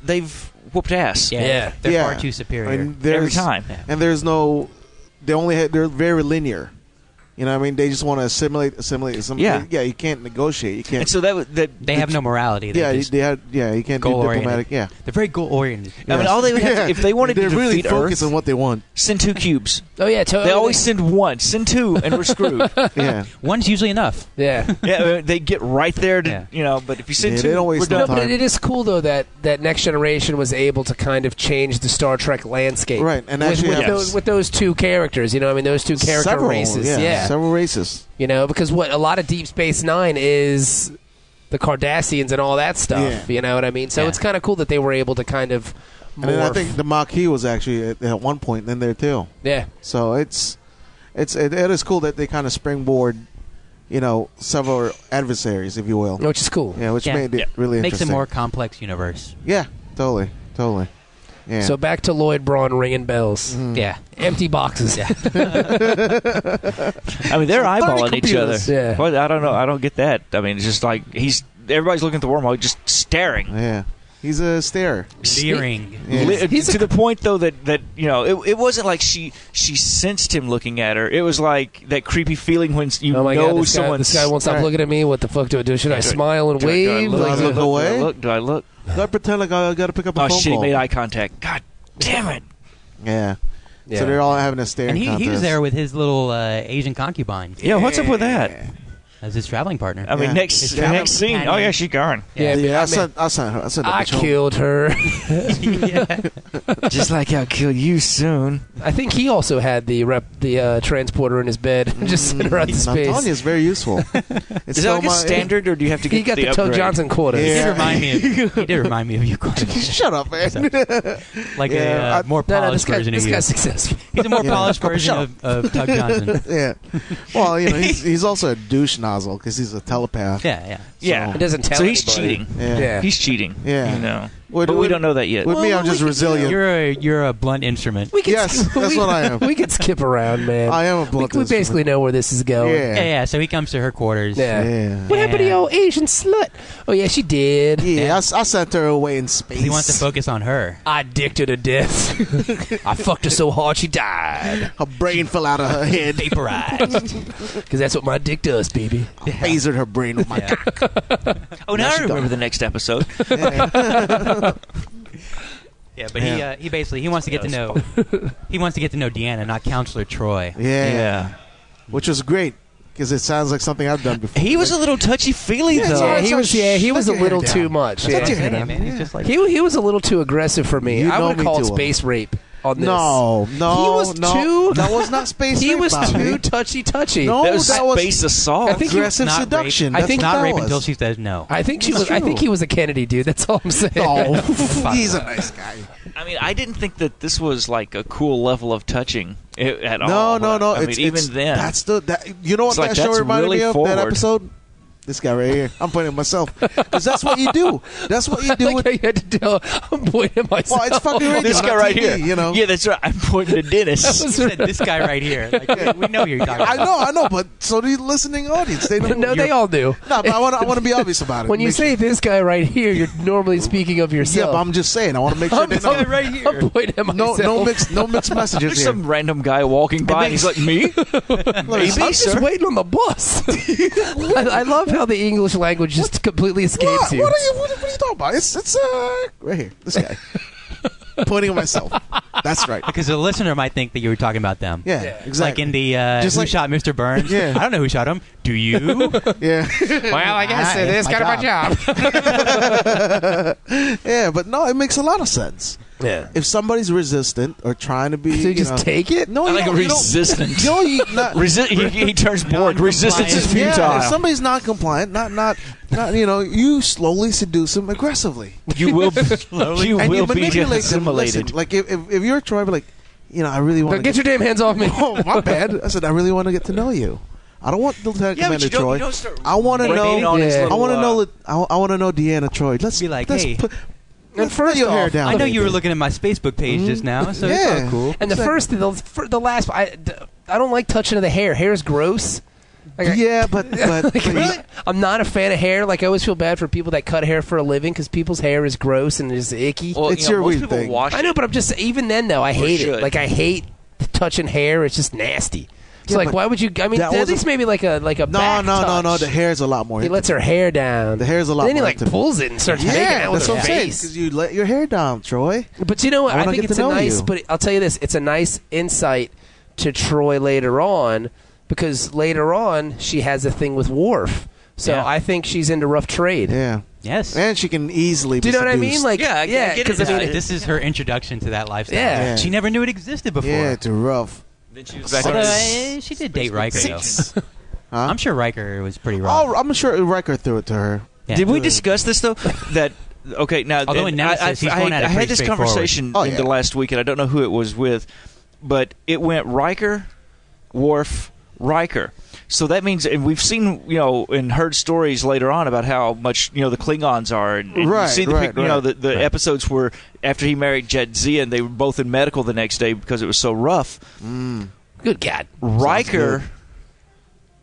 they've whooped ass. Yeah, Yeah. they're Yeah. far too superior. I mean, there's- time. And there's no, they only have, they're very linear. You know, what I mean, they just want to assimilate, assimilate, assimilate. yeah. Yeah. You can't negotiate. You And can't. so that would- that they have no morality. They're yeah, you, just they had, yeah, you can't do goal diplomatic. oriented. Yeah. They're very goal oriented. I mean, Yeah. all they would have to- Yeah. if they wanted to They're really defeat Earth- focused on what they want. send two cubes. Oh yeah, totally. They always send one, send two, and we're screwed. Yeah, One's usually enough. yeah. yeah, I mean, they get right there to Yeah. you know. But if you send Yeah, two, they don't waste we're no done. time. But it is cool though that that Next Generation was able to kind of change the Star Trek landscape, Right, and with, actually with, have- those, with those two characters, you know, I mean, those two character several races, yeah, several races. you know, because what a lot of Deep Space Nine is the Cardassians and all that stuff, Yeah. you know what I mean? So Yeah. it's kind of cool that they were able to kind of, morph. And then I think the Maquis was actually at, at one point in there too. yeah, So it's it's it, it is cool that they kind of springboard, you know, several adversaries, if you will. which is cool. Yeah, which Yeah. made it Yeah. really Makes a interesting. more complex universe. Yeah, totally, totally. Yeah. Mm-hmm. So back to Lloyd Braun ringing bells, Yeah. empty boxes. Oh Yeah, I mean, they're eyeballing each other. computers. Yeah. Well, I don't know. I don't get that. I mean, it's just like he's everybody's looking at the wormhole, just staring. yeah, he's a starer. Searing. Yeah. Li- He's to a- the point though that that you know it, it wasn't like she she sensed him looking at her. It was like that creepy feeling when you oh my know god, this guy, someone's this guy won't stop Right. looking at me. What the fuck do I do? Should I Do I- smile and Do I- do I wave? look? Like, Do I look away? Look, do I look? Do I pretend like I got to pick up a Oh phone shit! He call? made eye contact. God damn it! yeah. Yeah. So they're all having a staring And he, contest. he was there with his little uh, Asian concubine Yeah, what's up with that? as his traveling partner. I mean, Yeah. next kinda next scene. canny. Oh yeah, she's gone. yeah, Yeah, I, I, mean, sent, I sent her. I sent her. I bitch home. killed her. Just like I'll kill you soon. I think he also had the rep, the uh, transporter in his bed and just sent her out to Mm-hmm. I'm telling you, space. it's very useful. It's Is that so like a my- standard, or do you have to get He got the, the Tug upgrade? Johnson quarters. He did Yeah. remind me of he did remind me of you quite a bit. Shut up, man. like Yeah, a uh, I- more No, no, polished this, guy, version of this you. guy's successful. He's a more Yeah. polished Couple version shot. of, of Tug Johnson. yeah. Well, you know, he's, he's also a douche nozzle because he's a telepath. yeah, yeah. Yeah. It doesn't tell So he's anybody. cheating. Yeah. Yeah. He's cheating. Yeah. You know. Would- but we would- don't know that yet. With me, I'm we just could- resilient. You're a you're a blunt instrument. We can Yes, skip- that's we- what I am. We could skip around, man. I am a we, blunt we basically know where this is going. Yeah. yeah, yeah. So he comes to her quarters. Yeah. Yeah. What happened to your old Asian slut? Oh yeah, she did. Yeah, I, s- I sent her away in space. He wants to focus on her. I dicked her to death. I fucked her so hard she died. her brain fell out of her head. Vaporized. Because that's what my dick does, baby. I lasered her brain with my Yeah. oh, now, Now I she remember gone. the next episode. yeah, but he Yeah. uh, he basically he wants to get to know he wants to get to know Deanna, not Counselor Troy. Yeah. Which was great because it sounds like something I've done before. He was a little touchy feely Yeah, it's though. all Yeah, right. he so was. Yeah, he shut was a your little head too down. much. Shut Yeah. your head Hey, down. man, he's just like He he was a little too aggressive for me. You I know would me have called too well. space rape on this. No, no, He was no. too- That was not space. he rape, was Bobby. too touchy touchy. No, that was that was- space assault. I think he- aggressive not rape. seduction. I That's think what not that rape was. until she says no. I think she That's was. I think true. he was a Kennedy dude. That's all I'm saying. Oh, he's a nice guy. I mean, I didn't think that this was like a cool level of touching i- at No, all. no, no. Oh, I mean, it's, even it's- then, That's the that. You know what It's like, that show that's reminded really me of? forward. That episode. This guy right here. I'm pointing at myself because that's what you do. That's what you do. like with, I had to tell. I'm pointing at myself. well, it's fucking radio. this guy not right TV, here. You know. Yeah, that's right. I'm pointing to Dennis. He said this guy right here. Like, we we know who you're talking. I about. know, I know, but so the listening audience, they don't. no, they all do. No, but I want. I want to be obvious about it. When you Make sure- say this guy right here, you're normally speaking of yeah, yourself. but I'm just saying. I want to make sure they This know. guy right here. I'm pointing at No, myself. no mixed, no mixed messages There's here. some random guy walking by. and makes- He's like me. Look, I'm just waiting on the bus. I, I love how the English language just completely escapes What, you. what are you? What, what are you talking about? It's it's uh right here. This guy pointing at myself. That's right. Because the listener might think that you were talking about them. Yeah, Like exactly. in the uh, Just who like- shot Mr. Burns? Yeah. I don't know who shot him. Do you? Ah, yeah. well, I guess it is kind of my job. Yeah, but no, it makes a lot of sense. yeah. If somebody's resistant or trying to be, So you just know- take it? No, I you like don't- you don't- resistance. No, you not. Resi- he, he turns bored. Resistance is futile. Yeah, if somebody's not compliant, not not not you know, you slowly seduce them aggressively, you will. Slowly, you and will you be manipulate them. assimilated. Listen, like if, if if you're trying to be like, you know, I really want Now to get your damn hands off me. Oh, my bad. I said I really want to get to know you. I don't want Lieutenant Yeah, but Commander you don't, Troy. you don't start. I want to waiting know. on his Yeah. little, I want to uh, know. Lit- I, want to know Deanna Troy. Let's Be like, let's hey. Put, let's first put your hair off, down. I know a you were bit. looking at my Facebook page just now, so it's Yeah. all cool. And the Exactly. first, the, the last, I, I don't like touching of the hair. Hair's gross. Like, I- yeah, but but, but you- I'm not a fan of hair. Like I always feel bad for people that cut hair for a living because people's hair is gross and is icky. Well, It's you know, your most weird people thing. wash I know, but I'm just even then though I hate it. Oh, should. Like I hate touching hair. It's just nasty. So Yeah, like, but why would you? I mean, that at was a- least maybe like a like a no, back no, no, no. touch. The hair's a lot more. He lets her hair down. The hair's a lot Then he more like intimate. pulls it and starts making yeah, out with that's her what I'm saying. face. Because you let your hair down, Troy. But you know what? I I, wanna think get it's to a know nice. you. But I'll tell you this: it's a nice insight to Troy later on because later on she has a thing with Worf. So Yeah. I think she's into rough trade. Yeah, Yes. and she can easily. Do you be know what I mean? seduced. Like Yeah, I- I yeah, get it. because I Yeah, mean, it- this is her introduction to that lifestyle. Yeah. Yeah. She never knew it existed before. yeah, to rough. Then she was back back on Although, Six. eh, she did date Riker, though. Six. Huh? I'm sure Riker was pretty rough. Oh, I'm sure Riker threw it to her. Yeah. Did we discuss this though? That okay now. Although and in Nemesis, I, I, he's I, going at it I had pretty this straightforward. conversation Oh, in the yeah. last week, and I don't know who it was with, but it went Riker, Worf, Riker. So that means, and we've seen, you know, and heard stories later on about how much, you know, the Klingons are, and, and Right, you've seen the, right, pic- you know, right. the, the episodes where after he married Jadzia, and they were both in medical the next day because it was so rough. good God, Riker good.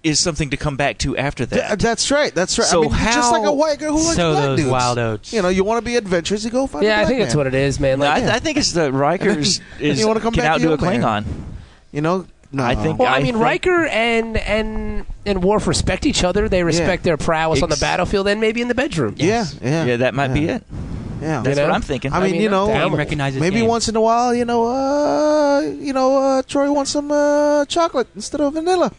is something to come back to after that. Th- that's right. That's right. So I mean, just how- like a white girl who likes so black those dudes. wild oats. You know, you want to be adventurous, you go find. yeah, I think that's what it is, man. No, I, Like, th- I think it's the Rikers is you wanna come can back to outdo your a Klingon. man. You know, no. I think- well, I, I mean, think- Riker and and and Worf respect each other. They respect their prowess on the Ex- battlefield and maybe in the bedroom. Yeah, yeah, Yeah, that might be yeah, it. Yeah. That's You know? what I'm thinking. I mean, you know, I'm down Game with it. recognizes Maybe game. once in a while, you know, uh, you know, uh, Troy wants some uh, chocolate instead of vanilla.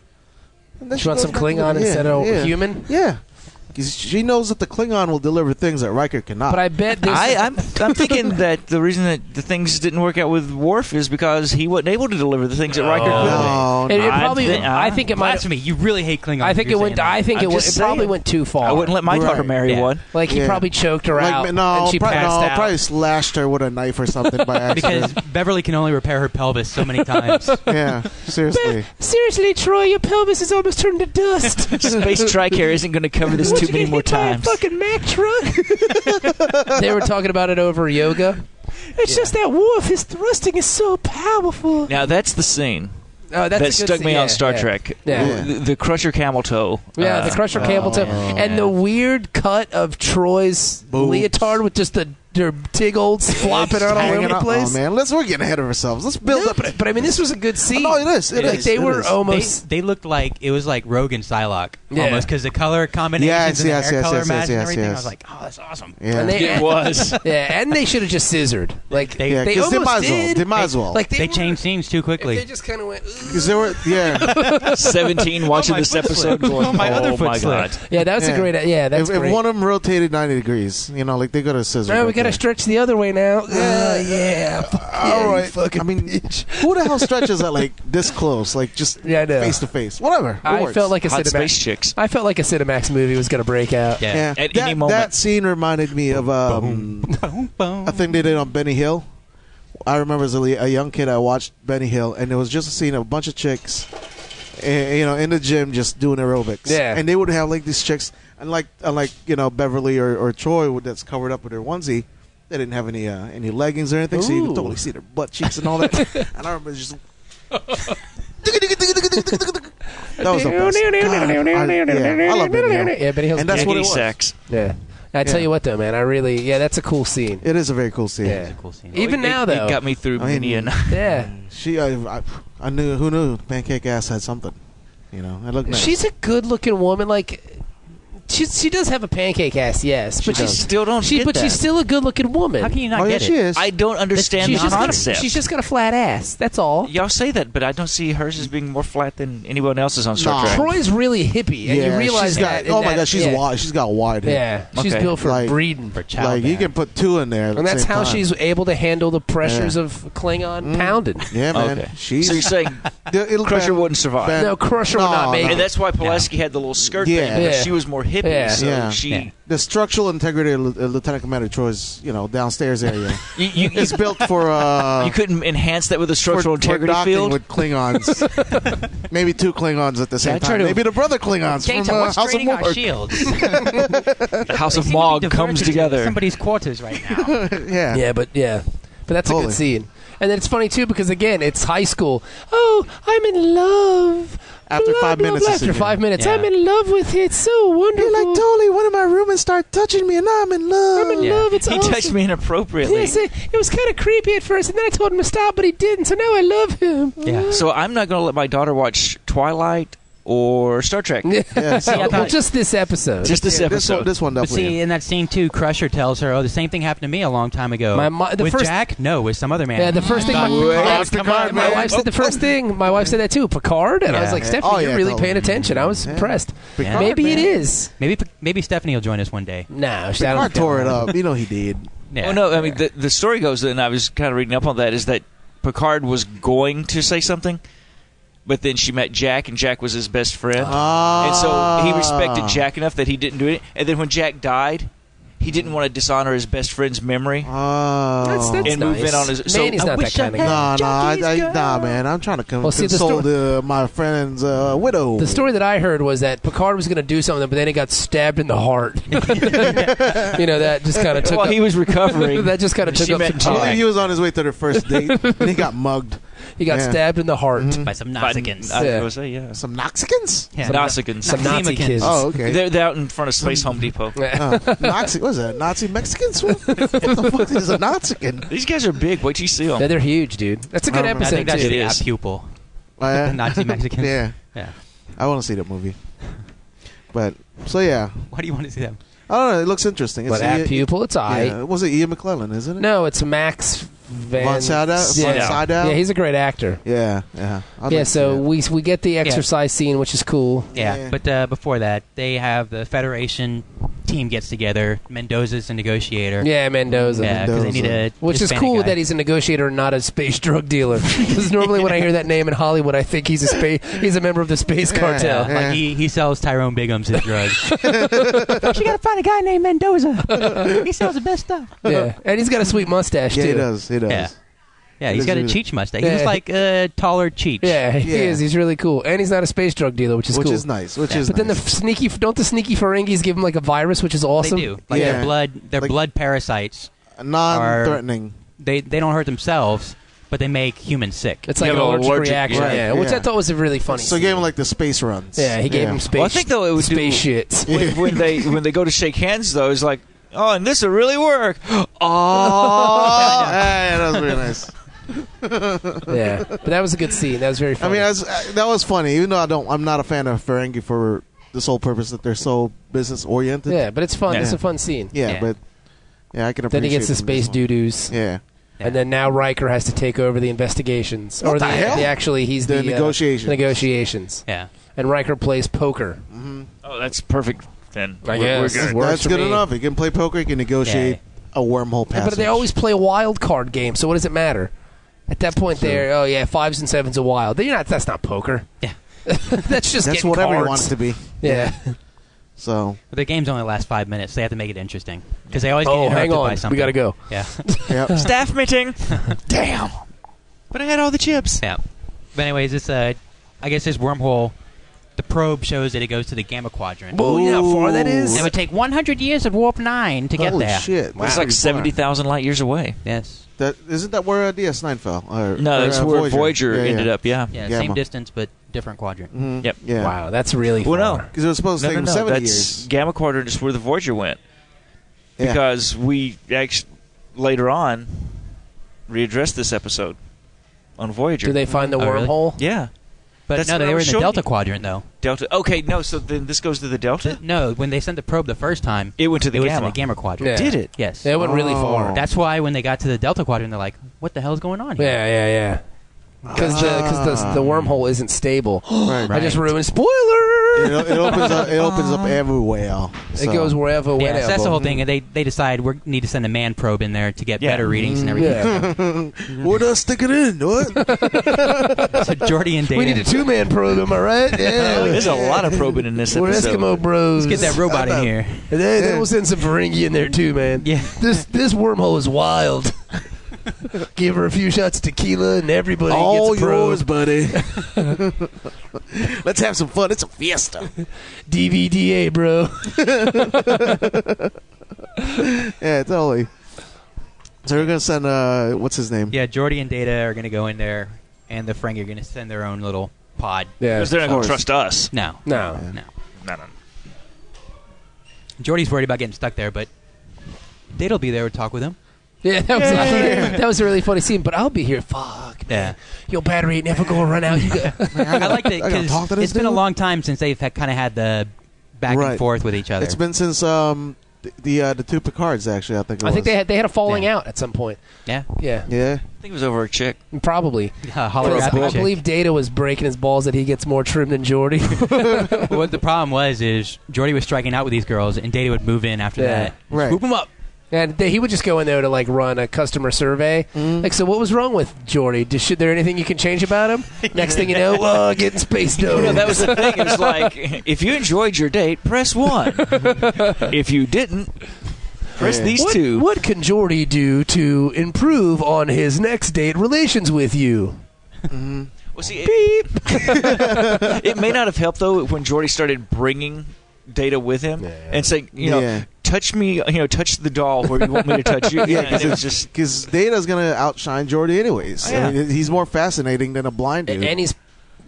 And then She wants goes some back to the- Klingon yeah, instead of yeah, human. Yeah, 'Cause she knows that the Klingon will deliver things that Riker cannot. But I bet this. I, I'm I'm thinking that the reason that the things didn't work out with Worf is because he wasn't able to deliver the things that Riker could. no, it, it no. probably. thi- uh, I think it might. Blasphemy. You really hate Klingons. I think You're it went. saying I think I'm it, went, it just probably saying. went too far. I wouldn't let my daughter Right. marry Yeah. one. Like he Yeah. probably choked her Like, out. no, and she prob- passed no, out. probably slashed her with a knife or something by that. accident. because Beverly can only repair her pelvis so many times. yeah, seriously. Seriously, Troy, your pelvis is almost turned to dust. Space Tricare isn't going to cover this What'd too you many get more hit by a times. fucking Mack truck. they were talking about it over yoga. It's just that Wolf, his thrusting is so powerful. Now that's the scene oh, that's that a good stuck s- me yeah, on Star yeah. Trek. Yeah. W- The, the Crusher camel toe. Yeah, uh, the Crusher Campbell too, Oh. and the weird cut of Troy's Boobs. leotard with just the their tigolds flopping out all Hanging over the out- place. Oh, man, let's we're getting ahead of ourselves. Let's build No, up. but, but I mean, this was a good scene. No, it is, it like is, they it were is. They, almost. they looked like it was like Rogue and Psylocke Yeah. almost because the color combinations Yes, and the yes, hair yes, color yes, match yes, and yes, everything. I yes. was like, oh, that's awesome. Yeah. and they, It was. Yeah, and they should have just scissored. Like they, Yeah, they 'cause almost they might as well- did. they might as well. Like they, They were- changed scenes too if They quickly. just kind of went. "Ooh." Because there were, yeah. 17 watching my this foot episode slipped. going, Oh, my other oh foot my slipped." god. Yeah, that was a Yeah. great. Yeah, that's if, if great. one of them rotated 90 degrees, you know, like they got a scissor. No, right we gotta there. stretch the other way now. Uh, yeah. Fuck yeah, All you right. fucking I mean, bitch. Who the hell stretches that like this close? Like just Yeah, I know. face to face. Whatever. It I works. felt like a Hot space Cinemax. chicks. I felt like a Cinemax movie was gonna break out. Yeah. yeah. At any that, moment. that scene reminded me of um, Boom, boom. a thing they did on Benny Hill. I remember as a, li- a young kid, I watched Benny Hill, and it was just a scene of a bunch of chicks, eh, you know, in the gym just doing aerobics. Yeah. and they would have like these chicks, unlike unlike you know Beverly or, or Troy, with- that's covered up with their onesie. They didn't have any uh, any leggings or anything, so you Ooh. could totally see their butt cheeks and all that. and I remember just. that was the best. God, I, yeah, I love Benny Hill. Yeah, Benny Hill's And that's what it Giggity was. sex. Yeah. I tell Yeah. you what though, man, I really yeah, that's a cool scene. It is a very cool scene. Yeah. Cool scene. Even It- now it- though. It got me through I mean- many a night. yeah. She, I, I, I knew who knew pancake ass had something. You know, I looked nice. She's a good-looking woman like she, she does have a pancake ass, yes, but I she's still don't she get but that. she's still a good-looking woman. How can you not oh yeah, get she it? is. I don't understand she's the just got a, concept. she's just got a flat ass. That's all. oh, Y'all say that, but I don't see hers as being more flat than anyone else's on Nah. Star Trek. Troy's really hippie, and yeah, you realize she's got, that. Oh in my that- god, she's yeah. wide. She's got wide. hips. Yeah, she's Okay. built for Like- breeding, For child like you man. can put two in there, at and the that's same how time. she's able to handle the pressures Yeah. Mm. of Klingon pounding. Yeah, man. Okay. So you're She's saying the- it'll Crusher ban- wouldn't survive. ban- No, Crusher would not no, make no. and that's why Pulaski had the little skirt Yeah. thing. because Yeah. She was more hippie, Yeah. so Yeah. she. Yeah. The structural integrity of Lieu- uh, Lieutenant Commander Troy's, you know, downstairs area You, you, you, is built for uh, you couldn't enhance that with a for, structural for integrity docking field. with Klingons. Maybe two Klingons at the same I try time. to- Maybe the brother Klingons from uh, House of Oh, Mork. shields? The House of Mog comes together. Somebody's quarters right now. yeah. Yeah, but yeah, but that's a Totally. good scene. And then it's funny too because again, it's high school. Oh, I'm in love. after blah, five blah, minutes. of blah, after singing. five minutes, Yeah. I'm in love with it. It's so He wonderful. like totally went in my room and started touching me, and now I'm in love. I'm in Yeah. love. It's he awesome. touched me inappropriately. Yes, it, it was kind of creepy at first, and then I told him to stop, but he didn't. So now I love him. Yeah. So I'm not going to let my daughter watch Twilight or Star Trek. Yeah, so- I well, thought- just this episode. Just this Yeah, episode. one, this one But definitely. see, in that scene too, Crusher tells her, "Oh, the same thing happened to me a long time ago." My mo- the with first- Jack? No, with some other man. yeah, the first thing my, Wait, yeah, Dr. my- Card, my man. wife said the first thing. My wife said that too. Picard, and I was Yeah. like, Stephanie, Oh, yeah, you're really totally. paying attention. I was Yeah. impressed. Picard, Maybe it man. is. maybe maybe Stephanie will join us one day. No, she- I Picard don't think- tore it up. You know he did. Oh, Yeah. Well, no, I mean the the story goes, and I was kind of reading up on that, is that Picard was going to say something, but then she met Jack, and Jack was his best friend, and Ah. so he respected Jack enough that he didn't do it. And then when Jack died, he didn't want to dishonor his best friend's memory. Oh. That's, that's And nice. move in on his- so- Manny's I not that wish I kind of had- guy. Nah, nah, I, Jackie's I, gone. nah, man. I'm trying to con- Well, see, the console story- the- my friend's uh, widow. The story that I heard was that Picard was going to do something, but then he got stabbed in the heart. you know that just kind of took. While up, he was recovering, that just kind of She took up meant some I believe time. he was on his way to their first date, and he got mugged. He got Yeah. stabbed in the heart. Mm-hmm. by some But- Nausicaans. I, Yeah. was say, yeah. Some Noxicans? Yeah. Some Nausicaans. Some Noxemicans. Nazi kids. Oh, okay. They're, they're out in front of Space Home Depot. Oh, Nazi, what is that? Nazi Mexicans? What what the fuck is a Nazican? These guys are big. Wait till you see Yeah, them. they're huge, dude. That's a good I don't know. I episode think that's It too. the is. uh, pupil. Uh, The Nazi Mexicans. yeah, Yeah. I want to see that movie. But so yeah, Why do you want to see them? I don't know. It looks interesting. It's But at Ian- pupil, it's I. yeah, was it Ian McClellan? Isn't it? No, it's Max Van. Von Sydow. Von Yeah. Sydow. yeah, he's a great actor. yeah, yeah. I'd like yeah, to so see that. we we get the exercise scene, which is cool. Yeah. Yeah. But uh, before that, they have the Federation team gets together. Mendoza's a negotiator. Yeah, Mendoza. Yeah, 'cause they need a Which is Hispanic cool guy. that he's a negotiator and not a space drug dealer. Because normally when I hear that name in Hollywood, I think he's a spa- he's a member of the space cartel. Yeah, Like he, he sells Tyrone Bigums his drugs. First, you gotta find a guy named Mendoza. He sells the best stuff. Yeah, and he's got a sweet mustache Yeah, too. he does. He does. Yeah. Yeah, he's got a Cheech mustache. He Yeah. looks like a taller Cheech. Yeah, he Yeah. is. He's really cool, and he's not a space drug dealer, which is which cool. is nice. Which is. But then the nice. f- sneaky don't the sneaky Ferengis give him like a virus, which is awesome. They do. Like Yeah. their blood, their Like- blood parasites. non-threatening. They they don't hurt themselves, but they make humans sick. It's like Yeah, an but allergic, allergic, reaction. yeah. Yeah, which I Yeah. thought was a really funny. So he scene. gave him like the space runs. yeah, he gave Yeah. him space. Well, I think though it would do- space shit. when, when they when they go to shake hands though, it's like, oh, and this will really work. Oh, Oh, yeah, that was really nice. yeah, but that was a good scene. That was very I funny. mean, that's, uh, that was funny. Even though I don't, I'm not a fan of Ferengi for the sole purpose that they're so business oriented. yeah, but it's fun. Yeah. It's a fun scene. yeah, Yeah. but yeah, I can appreciate. Then he gets the it from space this one. doo doos, Yeah, and then now Riker has to take over the investigations, or What the, the hell? actually he's The the, uh, negotiations. negotiations, yeah. and Riker plays poker. oh, that's perfect. Then I We're- guess. we're good. Works that's for good me. enough. He can play poker. He can negotiate a wormhole Yeah, passage. But they always play a wild card game, so what does it matter? At that point, there, oh yeah, fives and sevens are wild. They're not. That's not poker. Yeah. that's just That's getting whatever cards. he wants to be. Yeah. So But their games only last five minutes. They have to make it interesting because they always get Oh, hang interrupted by on. something. We gotta go. Yeah, yeah, Staff meeting. Damn. But I had all the chips. yeah. But anyways, this uh, I guess this wormhole, the probe shows that it goes to the gamma quadrant. Whoa, you know how far that is? It would take 100 years of warp nine to get holy there. shit! It's like seventy thousand light years away. Yes. That isn't that where uh, DS9 fell? Or, No, or, that's uh, where Voyager, Yeah, ended yeah. up. Yeah. Yeah. Gamma. Same distance, but different quadrant. Mhm. Yep. Yeah. Wow, that's really Well, no. far. Because it was supposed to No, take no, him no. seventy That's years. Gamma Quadrant is where the Voyager went Yeah. because we actually later on readdressed this episode on Voyager. Do they find the Oh, really? wormhole? Yeah. But That's no, what I they were was in the showing delta you. quadrant though. Delta. Okay. No. So then this goes to the Delta. No, when they sent the probe the first time, It went to the it was in Gamma. the gamma quadrant. Yeah. Did it? Yes. They went really Oh. far. That's why when they got to the delta quadrant, they're like, "What the hell's going on?" Here? Yeah, yeah, yeah. Because the, 'cause the, the wormhole isn't stable. Ah. Right. I just Right. ruined spoiler. It, it opens up. It opens up everywhere. So. It goes wherever, Yeah, whenever. so that's the whole thing. And they they decide we need to send a man probe in there to get Yeah. better Mm, readings and everything. Yeah. What else stick it in? What? so Jordy and Data we need a two-man probe, am I right? Yeah. There's a lot of probing in this We're episode. Eskimo bros. get that robot in here. And then, then we'll send some Ferengi in there too, man. Yeah. This this wormhole is wild. Give her a few shots of tequila and everybody All gets a yours, probe. buddy. Let's have some fun. It's a fiesta. DVDA, bro. Yeah, totally. So we're gonna send uh, what's his name? Yeah, Jordy and Data are going to go in there, and the Ferengi are going to send their own little pod. Yeah. Because they're not Of going course. to trust us. No, No. no. No, no. Jordy's worried about getting stuck there, but Date'll be there to talk with him. Yeah, that was that was a really funny scene. But I'll be here. Fuck. Yeah. Your battery ain't never gonna run out. You got- I like that I gotta because talk to this it's been a dude? long time since they've kind of had the back and Right. forth with each other. It's been since um th- the uh, the two Picards actually. I think. It I think was. they had they had a falling Yeah. out at some point. yeah, Yeah, Yeah. I think it was over a chick. probably. uh, I holographic I chick. believe Data was breaking his balls that he gets more trim than Jordy. what the problem was is Jordy was striking out with these girls, and Data would move in after Yeah. that, Right. swoop him up. and they, he would just go in there to like run a customer survey. Like, so what was wrong with Jordy? Did, should there anything you can change about him? Next thing you know, uh, getting space dough. No, that was the thing. It was like, if you enjoyed your date, press one. if you didn't, press Yeah. these what, two. What can Jordy do to improve on his next date relations with you? Well, see, it, it may not have helped though when Jordy started bringing data with him and saying, you know, Yeah. touch me, you know, touch the doll where you want me to touch you. Yeah, And because it was just because Data's gonna outshine Jordy anyways. Oh, yeah. I mean, he's more fascinating than a blind dude. And, and he's,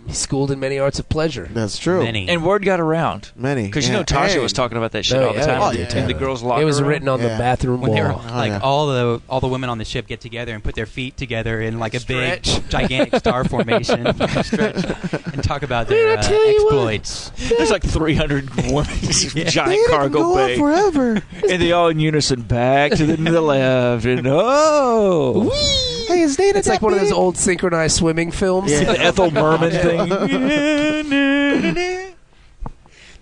he's schooled in many arts of pleasure. That's true. Many. and word got around Many. because you yeah. know Tasha And- was talking about that shit Oh, all the yeah. time Oh, in the- yeah. in the girls' locker. it was room. written on the Yeah. bathroom when they were wall. like yeah. all the all the women on the ship get together and put their feet together in like a Stretch. big gigantic star formation stretch and talk about their Man, I uh, tell you what. exploits. There's like 300 women, giant Data can cargo go on bay, forever. and they all in unison back to the, to the left and oh, hey, is Data It's like that one of those big? old synchronized swimming films. Yeah. the Ethel Merman thing.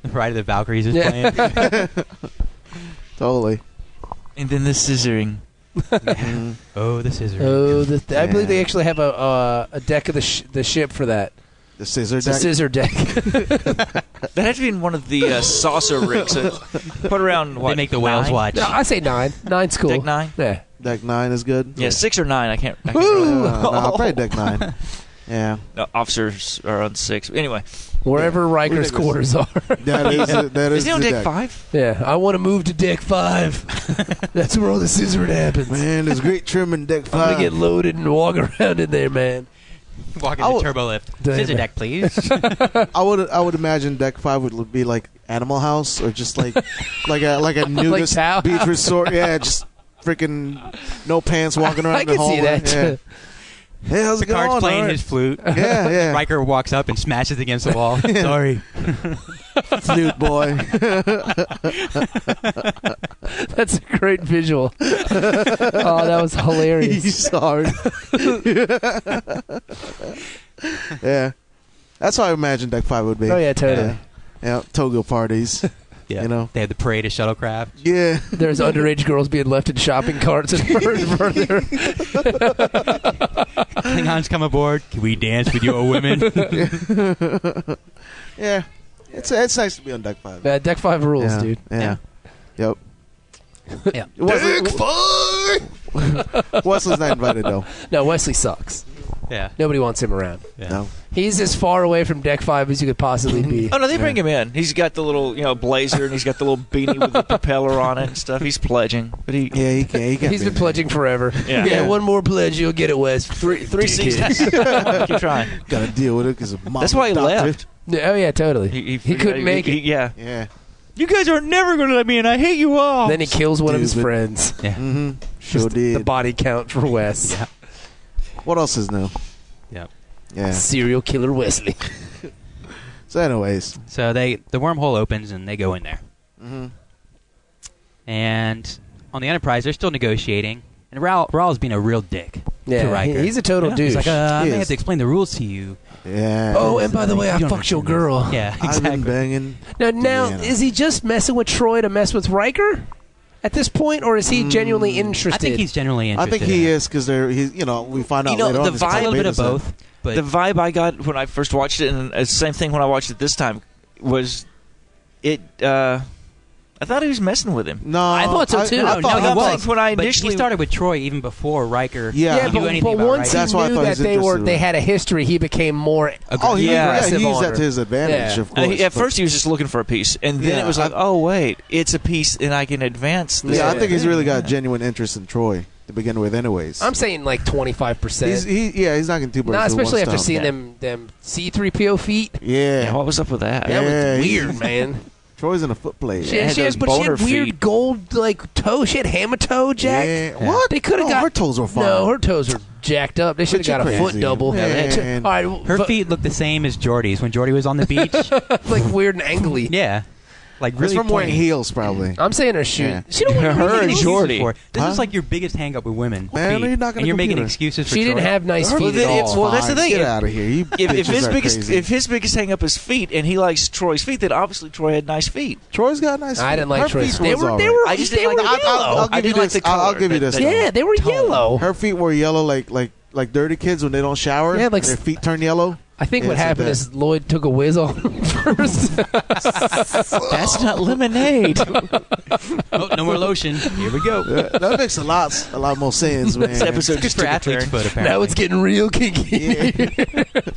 The Ride of the Valkyries is Yeah. playing. Totally. Mm-hmm. and then the scissoring. Oh, the scissors. Oh, the th- I believe they Yeah. actually have a uh, a deck of the sh- the ship for that. The scissor It's a deck. scissor deck. That had to be in one of the uh, saucer rigs. Uh, put around what? they make the whales nine? watch. no, I say nine. Nine's cool. Deck nine? Yeah. Deck nine is good. Yeah, six or nine. I can't. I Uh, can't really- no, I'll probably deck nine. Yeah, no, officers are on six. Anyway, Wherever Riker's Ridiculous. quarters are. that is that is, is he on the deck, deck. five? yeah. I want to move to deck five. That's where all the scissoring happens. Uh, Man, there's great trim in deck I'm five. gonna get loaded and walk around in there, man. Walking I the would- turbo lift. Damn Scissor Oh. it. deck, please. I would I would imagine deck five would be like Animal House or just like like a like a nudist Tao beach House. resort. Yeah, just freaking no pants walking around I the can see hallway. that. Yeah. Hey, how's it Picard's going? playing All right. his flute. yeah, yeah. Riker walks up and smashes against the wall. Sorry. flute boy. That's a great visual. oh, that was hilarious. He's sorry. yeah, that's how I imagine deck five would be. Oh yeah, totally. Yeah. Yeah, Togo parties. Yeah. You know. They have the parade of shuttlecraft. Yeah. There's underage girls being left in shopping carts and further. Klingons come aboard. Can we dance with your women? Yeah. It's it's nice to be on deck five. Uh, deck five rules, yeah. dude. Yeah. Yep. Yeah. Wesley, Oh Wesley's not invited though. No, Wesley sucks. yeah. Nobody wants him around. yeah. No. He's as far away from deck five as you could possibly be. Oh no, they bring him in. He's got the little you know blazer and he's got the little beanie with the propeller on it and stuff. He's pledging, but he Yeah, he can. He can. He's been pledging forever. Yeah. one more pledge, you'll get it, Wes. Three, three sixties. Keep trying. Got to deal with it because That's why he left. Yeah, Oh yeah, totally. He, couldn't make he- it. Yeah, Yeah. you guys are never going to let me in. I hate you Oh, all. then he kills one of his Stupid. friends. Mm-hmm. Sure Just the, did. body count for Wes. Yeah. what else is new? Yeah. Yeah. Serial killer Wesley. So, anyways, So they the wormhole opens and they go in there. Mhm. And on the Enterprise, they're still negotiating. And Raul Raul's being a real dick to Yeah, he- Riker. he's a total Yeah. douche. He's like, uh, I He may is. have to explain the rules to you. yeah. oh, and by the way, I don't fucked your understand girl. this. Yeah, I've been exactly. banging. Now, now Deanna. is he just messing with Troy to mess with Riker at this point, or is he Mm. genuinely interested? I think he's generally I interested. think in he it. is because they're. He's, you know, we find out You know, later on. the it's vibe- a all little bit of beta both, stuff. but the vibe I got when I first watched it, and it's the same thing when I watched it this time, was it. Uh, I thought he was messing with him. No, I thought so, too. I, no, thought no, that he was was. when I but initially- he started with Troy even before Riker. Yeah. yeah, could do but, anything but about once Riker. That's he why I knew thought he that was they were interested. they had a history, he became more. Oh, he, Yeah. yeah, aggressive he used on that her. to his advantage, Yeah. of Uh, course. he- at but- first, he was just looking for a piece, and then Yeah, it was like, I- "Oh wait, it's a piece, and I can advance." This yeah, I way." think he's really got genuine interest in Troy. to begin with, anyways. I'm saying like 25 he's, percent. he, yeah, he's not gonna two birds. Not with one especially after stone. seeing yeah. them them C3PO feet. Yeah, Yeah, what was up with that? That Yeah, was he's- weird, man. Troy's in a foot plate. She, had- had she has, those but she boner had weird feet. gold like toe. She had hammer toe, Jack. Yeah. What? They could have No, got her toes were fine. No, her toes were jacked up. They should have you're got a foot crazy. double. Man. All right, well, Her but- feet look the same as Jordy's when Jordy was on the beach. like weird and angly. yeah, like really. it's from wearing pointy. heels, probably. I'm saying her shoes. Yeah. She don't want Her her. and Excuses Jordy. for- This Huh? is like your biggest hang up with women. Man, feet. are you not gonna and you're making computer? excuses. For She didn't Jordy. have nice Well, feet then at it's- all. well, that's the Fine, thing. Get If- out of here. You If, if bitches his are biggest crazy. if his biggest hang up is feet, and he likes Troy's feet, then obviously Troy had nice feet. Troy's got nice. I feet. didn't like her Troy's- Feet they was were- all they right. were- I just didn't They like were the yellow. I'll, I'll, I i didn't didn't like the I'll- color. I'll give you that- this. that- yeah, they were yellow. Her feet were yellow, like like like dirty kids when they don't shower. Yeah, like- their feet turn yellow. I think Yeah, what it's like happened that. is Lloyd took a whiz on him first. That's not lemonade. Oh, no more lotion. Here we go. Yeah, that makes a lot a lot more sense, man. this episode Good just for took a athlete's turn. foot, apparently. now it's getting real kinky.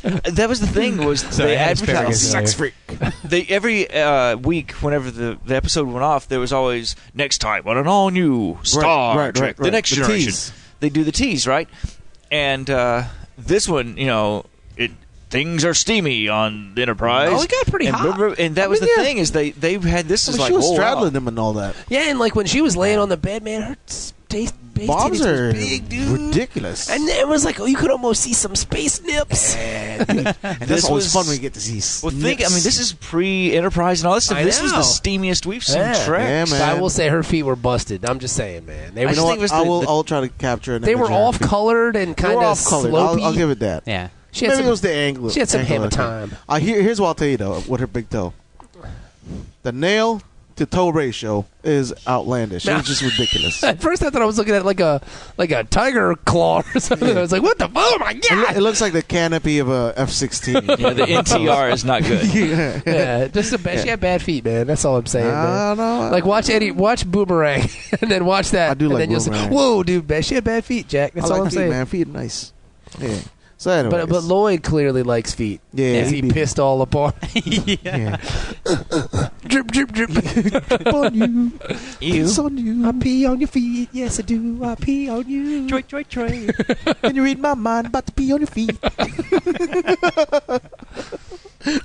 Yeah. That was the thing was they I had asparagus advertised earlier. sex freak. They every uh, week, whenever the, the episode went off, there was always next time on an all new Star right, right, Trek, right. the next The generation. tease. They do the tease right, and uh, this one, you know, it things are steamy on the Enterprise. Oh, it got pretty and, hot. remember- and that I was mean, the yeah. thing is they they had this I is mean, like she was oh, wow. straddling them and all that. Yeah, and like when she was laying on the bed, man, her s- taste base Bombs titties was are big, dude. ridiculous. And it was like, oh, you could almost see some space nips. And This that's always was- fun when you get to see. Well, think. I mean, this is pre-Enterprise and all this stuff. I this was the know. steamiest we've seen Yeah. Trek. Yeah, man. I will say her feet were busted. I'm just saying, man. They I were, You know just think it what? was I the- will. the- I'll try to capture an. they were image of her off feet. colored and They kind were of off colored. I'll, I'll slopey. give it that. Yeah. She had Maybe some, it was the angle. she had some angle hammer of it. time. Uh, here, here's what I'll tell you though. What her big toe, the nail to toe ratio is outlandish. Nah. It's just ridiculous. it, At first, I thought I was looking at like a like a tiger claw or something. I was like, what the? Oh my lo- it god! looks like the canopy of a F-16. Yeah, the NTR is not good. yeah. yeah, just a bad, she had bad feet, man. That's all I'm saying. I man. don't know. Like watch Eddie, watch Boomerang, and then watch that. I do and like then you'll say, Boomerang. "Whoa, dude, bad, she had bad feet, Jack." I That's like all I'm feet, saying. man. Feet are nice. Yeah. So anyways, But but Lloyd clearly likes feet. Yeah, as he he, did. pissed all apart. yeah. drip drip drip. on you, Ew. It's on I you. pee on your feet. Yes, I do. I pee on you. Troy, Troy, Troy. Can you read my mind? About to pee on your feet.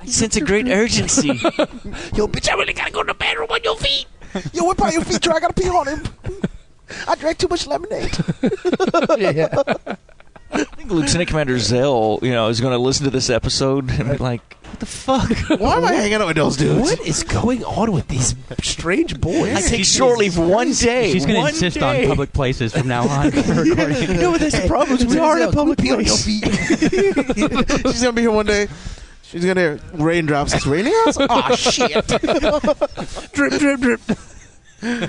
sense a great urgency. Yo, bitch, I really gotta go to the bathroom on your feet. Yo, whip out your feet, Troy. I gotta pee on him. I drank too much lemonade. yeah, yeah. I think Lieutenant Commander Zell, you know, is going to listen to this episode and be like, "What the fuck?" Why am I hanging out with those dudes? What is going on with these strange I boys? take short leave one day. She's going to One insist day. on public places from now on. for recording. No, but that's the problem. It's hard at public She's gonna be here one day. She's gonna hear raindrops. It's raining outside. Oh shit! drip drip drip.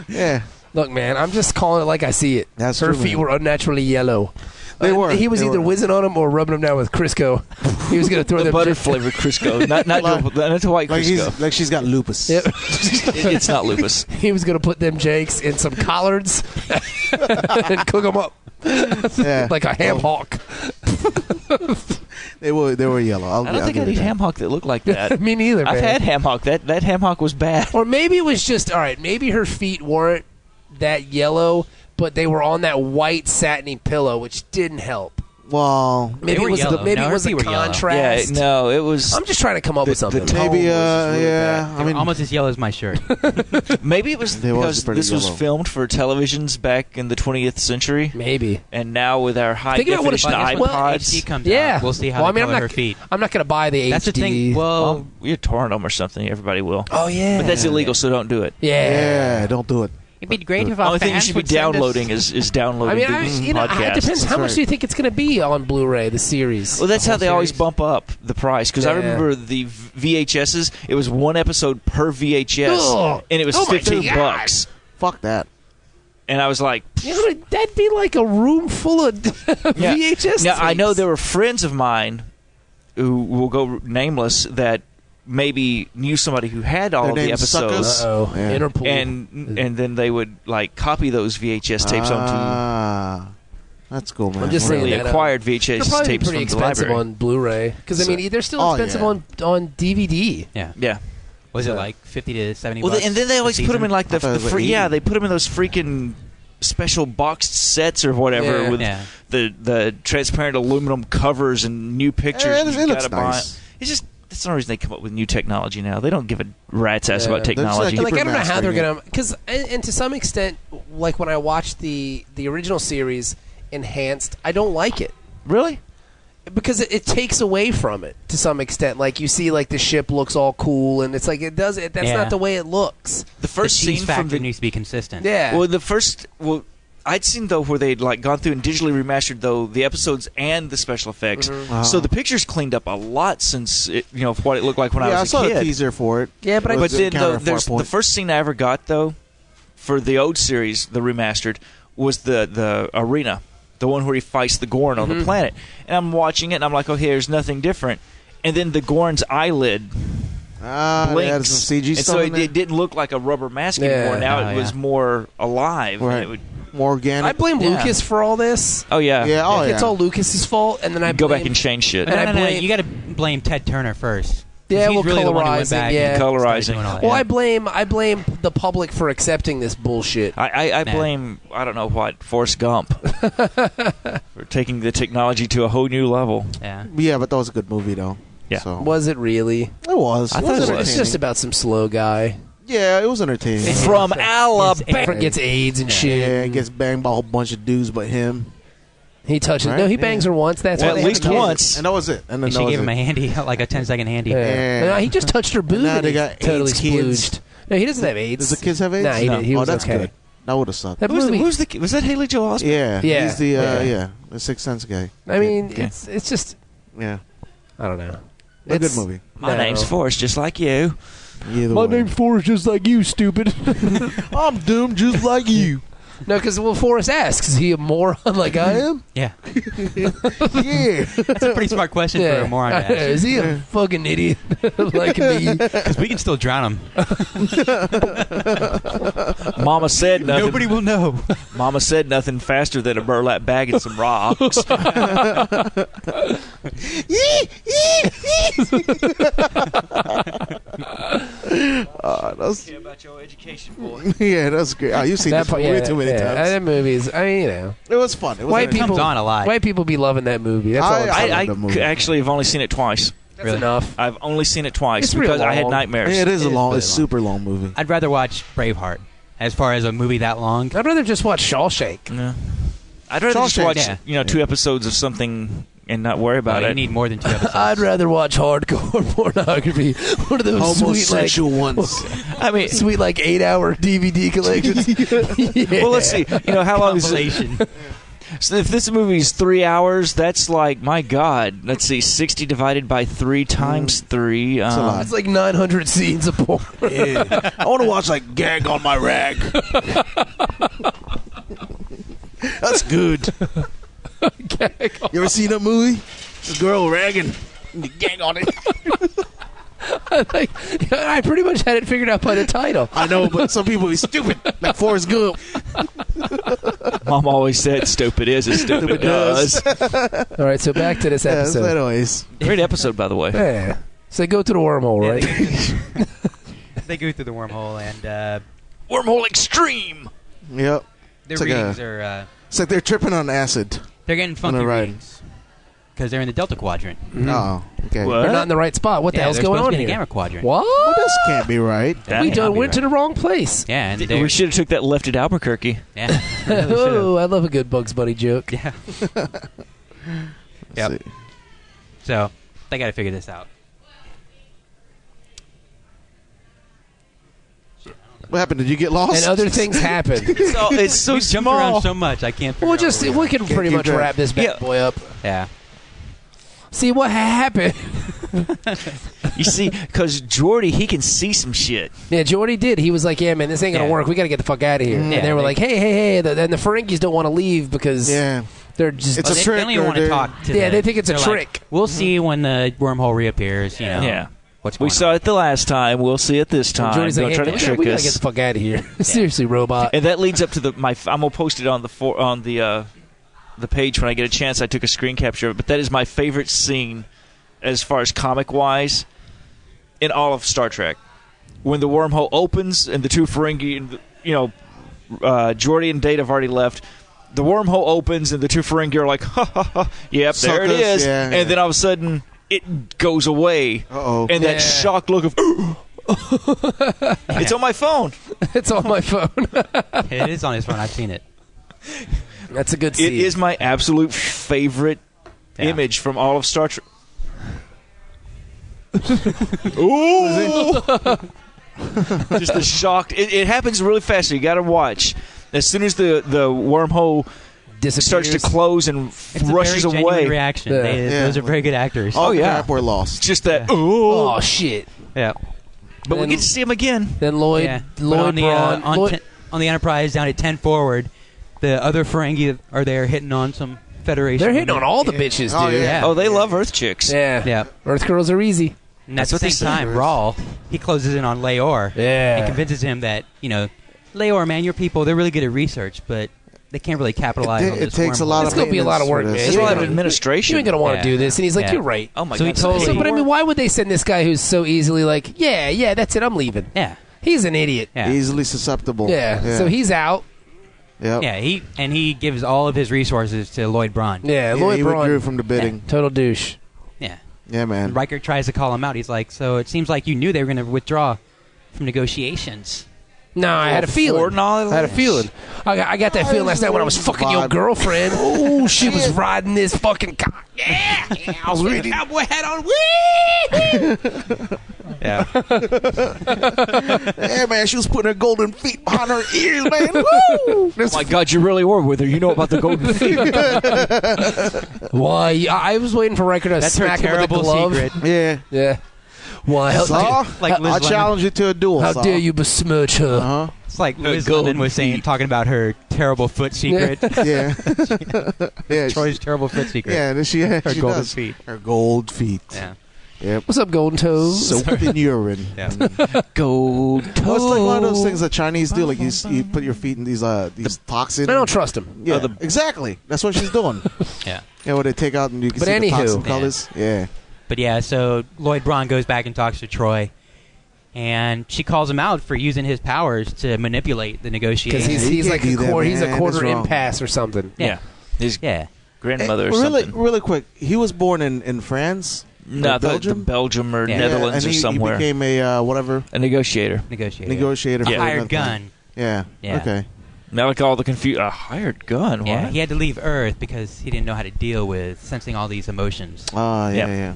yeah, Look, man, I'm just calling it like I see it. That's Her true, feet man. were unnaturally yellow. They Uh, were. He was They either were. whizzing on them or rubbing them down with Crisco. He was going to throw the them. butter flavored Crisco, not not Like- to, not to white like Crisco. he's like she's got lupus. Yep. It- it's not lupus. He was going to put them jakes in some collards and cook them up Yeah, like a ham hawk. they were they were yellow. I'll, I don't I'll think give I'd you eat that. ham hock that looked like that. Me neither, man. I've had ham hock. That that ham hock was bad. or maybe it was just all right. Maybe her feet weren't that yellow, but they were on that white satiny pillow, which didn't help. Well, Maybe were it was the, yellow. maybe No, it her was the feet were yellow. Yeah, contrast. no, it was. I'm just trying to come up with The- the something. tone maybe. Uh, was really yeah, They I were mean, almost as yellow as my shirt. maybe it was They was because pretty this yellow. was filmed for televisions back in the 20th century, maybe. and now with our high Think about what definition if- iPods, well, HD comes Yeah, out. We'll see how Well, they I mean, color I'm her not, feet. I'm not going to buy the That's HD. the thing. Well, um, you're torrent them or something. Everybody will. oh yeah, But that's illegal, so don't do it. yeah. yeah, don't do it. It'd be great if The our only thing you fans should be would send us- downloading is, is downloading I mean, I, these you know, podcasts. it depends. How much right. do you think it's going to be on Blu-ray? The series. Well, that's The how whole they always series? bump up the price because I Yeah. remember the v- VHSs. It was one episode per VHS, Ugh. and it was Oh my fifteen God. bucks. Fuck that. And I was like, You know, that'd be like a room full of Yeah. VHS. now I know tapes. there were friends of mine who will go nameless that maybe knew somebody who had all Their of the name's episodes, Suckers. Uh-oh. Yeah. Interpol. and and then they would like copy those VHS tapes onto Ah, that's cool, man. I'm just saying really that, uh, acquired they're VHS probably tapes pretty from the expensive library. on Blu-ray because I So- mean they're still Oh, expensive yeah. on on DVD. yeah. yeah. Was it like 50 to 70 Well, bucks and then they a always put them season? in like the, I thought it the was like free, yeah, 80. they put them in those freaking special boxed sets or whatever Yeah. with Yeah. the the transparent aluminum covers and new pictures. Eh, it- you it looks gotta buy nice. It's just that's the only reason they come up with new technology now. They don't give a rat's ass Yeah. about just like- They're technology. Keep like I don't know how remastering they're it. gonna because and, and to some extent, like when I watched the the original series enhanced, I don't like it really? because it, it takes away from it to some extent. Like you see, like the ship looks all cool, and it's like it does it. That's Yeah. not the way it looks. The first the cheese scene from factor the needs to be consistent. Yeah. Well, the first well, I'd seen though where they'd like gone through and digitally remastered though the episodes and the special effects, Mm-hmm. Wow. so the pictures cleaned up a lot since it, you know what it looked like when yeah, I I, was a saw kid. a teaser for it. Yeah, but I- It but was then counter though, there's the Farpoint. first scene I ever got though for the old series, the remastered, was the the arena, the one where he fights the Gorn Mm-hmm. on the planet, and I'm watching it and I'm like, okay, there's nothing different, and then the Gorn's eyelid Ah, they added blinks. some CG and stuff so in it, there. it didn't look like a rubber mask Yeah. anymore. Now Oh, it was yeah. more alive. and Right. it would- More organic. I blame Yeah. Lucas for all this. oh yeah. yeah, oh yeah. It's all Lucas's fault, and then I Go blame- back and change shit. But And no, I no, no, blame- you got to blame Ted Turner first. 'Cause Yeah, he's well, really the one who colorizing, went back yeah. and started Colorizing. doing all that. Well, I blame I blame the public for accepting this bullshit. I, I, I Man. blame I don't know what Forrest Gump for taking the technology to a whole new level. yeah. yeah, but that was a good movie though. Yeah. so. Was it really? Oh. it was. I thought it was. It's just entertaining. about some slow guy. yeah, it was entertaining. It's- From it's- Alabama. it's- Gets AIDS and shit. yeah, it gets banged by a whole bunch of dudes, but him. He touches. Right? No, he bangs her once. That's Well, why at they least have the kid. once. and that was it. And then And that she was gave him it. a handy, like a 10 second handy. Yeah. Yeah. No, he just touched her boob. now and they he got totally AIDS kids. splooged. No, he doesn't have AIDS. Does the kids have AIDS? Nah, he, No. did. he oh, was that's okay. good. That would have sucked. That Who's the, movie. who's the ki- was that Haley Joel Osment? Yeah, Yeah. he's the uh, Yeah. yeah. the Sixth Sense guy. I mean, Yeah. it's it's just Yeah, I don't know. a good It's- movie. No. My name's Forrest, just like you. Either way. Forrest, just like you, stupid. I'm doomed just like you. no, because well, Forrest asks, "Is he a moron like I am?" Yeah. yeah, That's a pretty smart question for a moron to ask. Is he a fucking idiot like me? Because we can still drown him. Mama said nothing. Nobody will know. Mama said nothing faster than a burlap bag and some rocks. uh, that's about your education, boy. yeah, that's great. Oh, you've seen that this part- way too many yeah. times. That movie's, I mean, you know, it was fun. It was white entertaining. people comes on a lot. White people be loving that movie. That's all. I'm saying. I, I I love that c- movie. actually have only seen it twice. That's really? enough. I've only seen it twice It's real because I had long. nightmares. Yeah, it is a It is long, really it's long. super long movie. I'd rather watch Braveheart as far as a movie that long. I'd rather just watch Shawshank. Yeah. I'd rather just Shawshank, watch yeah. you know two episodes of something and not worry about No, it. You need more than two episodes. I'd rather watch hardcore pornography. One of those sweet like, Homosexual ones. I mean, sweet like eight hour DVD collections. Yeah. well, let's see. You know how long is it? Compilation. So if this movie's three hours, that's like my God. Let's see, sixty divided by three times three. a um, lot. It's like 900 scenes of porn. Yeah. I want to watch like gag on my rag. That's good. You ever seen that movie? This girl ragging. Gang on it. like, I pretty much had it figured out by the title. I know, but some people be stupid. Like Forrest Gump. Mom always said, "Stupid is as stupid does." All right, so back to this Yes, episode. anyways. Great episode, by the way. Yeah. So they go through the wormhole, right? they go through the wormhole, and uh, Wormhole Extreme. Yep. their It's like readings a- are. Uh, It's like they're tripping on acid. they're getting funky the right. readings. Because they're in the Delta Quadrant. Oh, okay. What? They're not in the right spot. What the yeah, hell's they're going supposed on to be in the here? Gamma Quadrant. What? This can't be right. That we can't done be went to right. the wrong place. Yeah, and they're, We should have took that left at Albuquerque. yeah, really should've. oh, I love a good Bugs Bunny joke. yeah. Let's Yep. see. So they got to figure this out. What happened? Did you get lost? And other things happen. It's, all, it's so we jumped small. around so much, I can't. figure We'll out just where we we are. can pretty keep much track. wrap this bad Yeah. boy up. Yeah, See what happened. you see, because Jordy, he can see some shit. Yeah, Jordy did. He was like, "Yeah, man, this ain't gonna Yeah. work. We gotta get the fuck out of here." Yeah, and they were they- like, "Hey, hey, hey!" The, and the Ferengis don't want to leave because Yeah. they're just It's Well, a they, trick They don't even or want to they're- talk to. yeah. the- they think it's a they're like, trick. Mm-hmm. we'll see when the wormhole reappears. You know. Yeah. What's We going saw on. it the last time. We'll see it this And time. Jordy's Don't like, try "Hey, to man, trick we gotta us. get the fuck out of here." Seriously, robot. and that leads up to the my. I'm gonna post it on the for, on the uh, the page when I get a chance. I took a screen capture of it, but that is my favorite scene as far as comic wise in all of Star Trek. When the wormhole opens and the two Ferengi and the, you know Uh, Jordy and Data have already left. The wormhole opens, and the two Ferengi are like, ha ha ha, yep, there it Suckers, is. yeah, and yeah. then all of a sudden, it goes away. Uh-oh. And Yeah. that shocked look of, it's on my phone. it's on my phone. it is on his phone. I've seen it. That's a good It scene. is my absolute favorite Yeah. image from all of Star Trek. Ooh! Just the shocked. It, it happens really fast, so you got to watch. As soon as the the wormhole starts Disappears. to close and It's rushes a very genuine away, reaction. Yeah. They- Yeah. Those are very good actors. Oh, All the yeah. crap we're lost. just that. Yeah. Ooh! Oh shit! yeah. But we then- get to see him again. Then Lloyd, Yeah. But Lloyd on the Braun, uh, on, Lloyd- ten- on the Enterprise down at ten forward, the other Ferengi are there hitting on some Federation. they're hitting on all the bitches, dude. Oh, Yeah. Oh, they love Earth chicks. Yeah. Yeah. Earth girls are easy. And at That's what the they same time, said. Rawl he closes in on Leor Yeah. and convinces him that you know, Leor, man, your people they're really good at research, but they can't really capitalize It- on it this. takes a wormhole. lot It's gonna be a lot of work, That's man. There's You a ain't lot of gonna- administration. You ain't gonna want to Yeah. do this, and he's like, Yeah. "You're right." Oh my So he god! totally- So, but I mean, why would they send this guy who's so easily like, "Yeah, yeah, that's it, I'm leaving." Yeah. He's an idiot. Yeah. Easily susceptible. Yeah. So he's out. Yep. Yeah, he and he gives all of his resources to Lloyd Braun. Yeah, Yeah, Lloyd he Braun, withdrew from the bidding. total douche. Yeah. Yeah, man. And Riker tries to call him out. He's like, "So it seems like you knew they were going to withdraw from negotiations." No, I had a feeling. I had a feeling. I got, I got that feeling last night when I was fucking your Vibe. girlfriend. Oh, she was riding this fucking cock. Yeah, yeah, I was really cowboy hat on. Whee! Yeah, Yeah, man. She was putting her golden feet behind her ears, man. Woo! Oh my god! You really were with her. You know about the golden feet. Why? I I was waiting for Riker to that's her smack him with a terrible glove. secret. Yeah. Yeah. Why? How, Saw? like Liz I Lemon. challenge you to a duel. how Saw. dare you besmirch her? Uh It's like Her Liz Lemon golden was saying, talking about her terrible foot secret, huh. Yeah. yeah. she- Troy's terrible foot secret. Yeah. and She, her she golden does. feet. Her gold feet. Yeah, Yep. What's up, Golden Toes? Soap in urine. yeah. Gold toes. Well, it's like one of those things that Chinese do. Like you, s- you put your feet in these uh these toxins. I don't uh, trust him. Yeah, exactly. That's what she's doing. Yeah. yeah, what they take out and you can But see the anywho. toxin Yeah. colors. Yeah. But yeah, so Lloyd Braun goes back and talks to Troy, and she calls him out for using his powers to manipulate the negotiations. Because he's, he he's can't like a do that, quarter, he's a man. quarter That's wrong. impasse or something. Yeah. His yeah, grandmother Eh, or really, something. really quick. He was born in in France. No, or the, Belgium. the Belgium or Yeah. yeah, and Netherlands he, or somewhere. He became a uh, whatever a negotiator. negotiate. negotiator. A for hired another gun. thing. Yeah. Yeah. Okay. Now like all the confu A hired gun. What? Yeah, he had to leave Earth because he didn't know how to deal with sensing all these emotions. Ah, yeah, Yeah. yeah.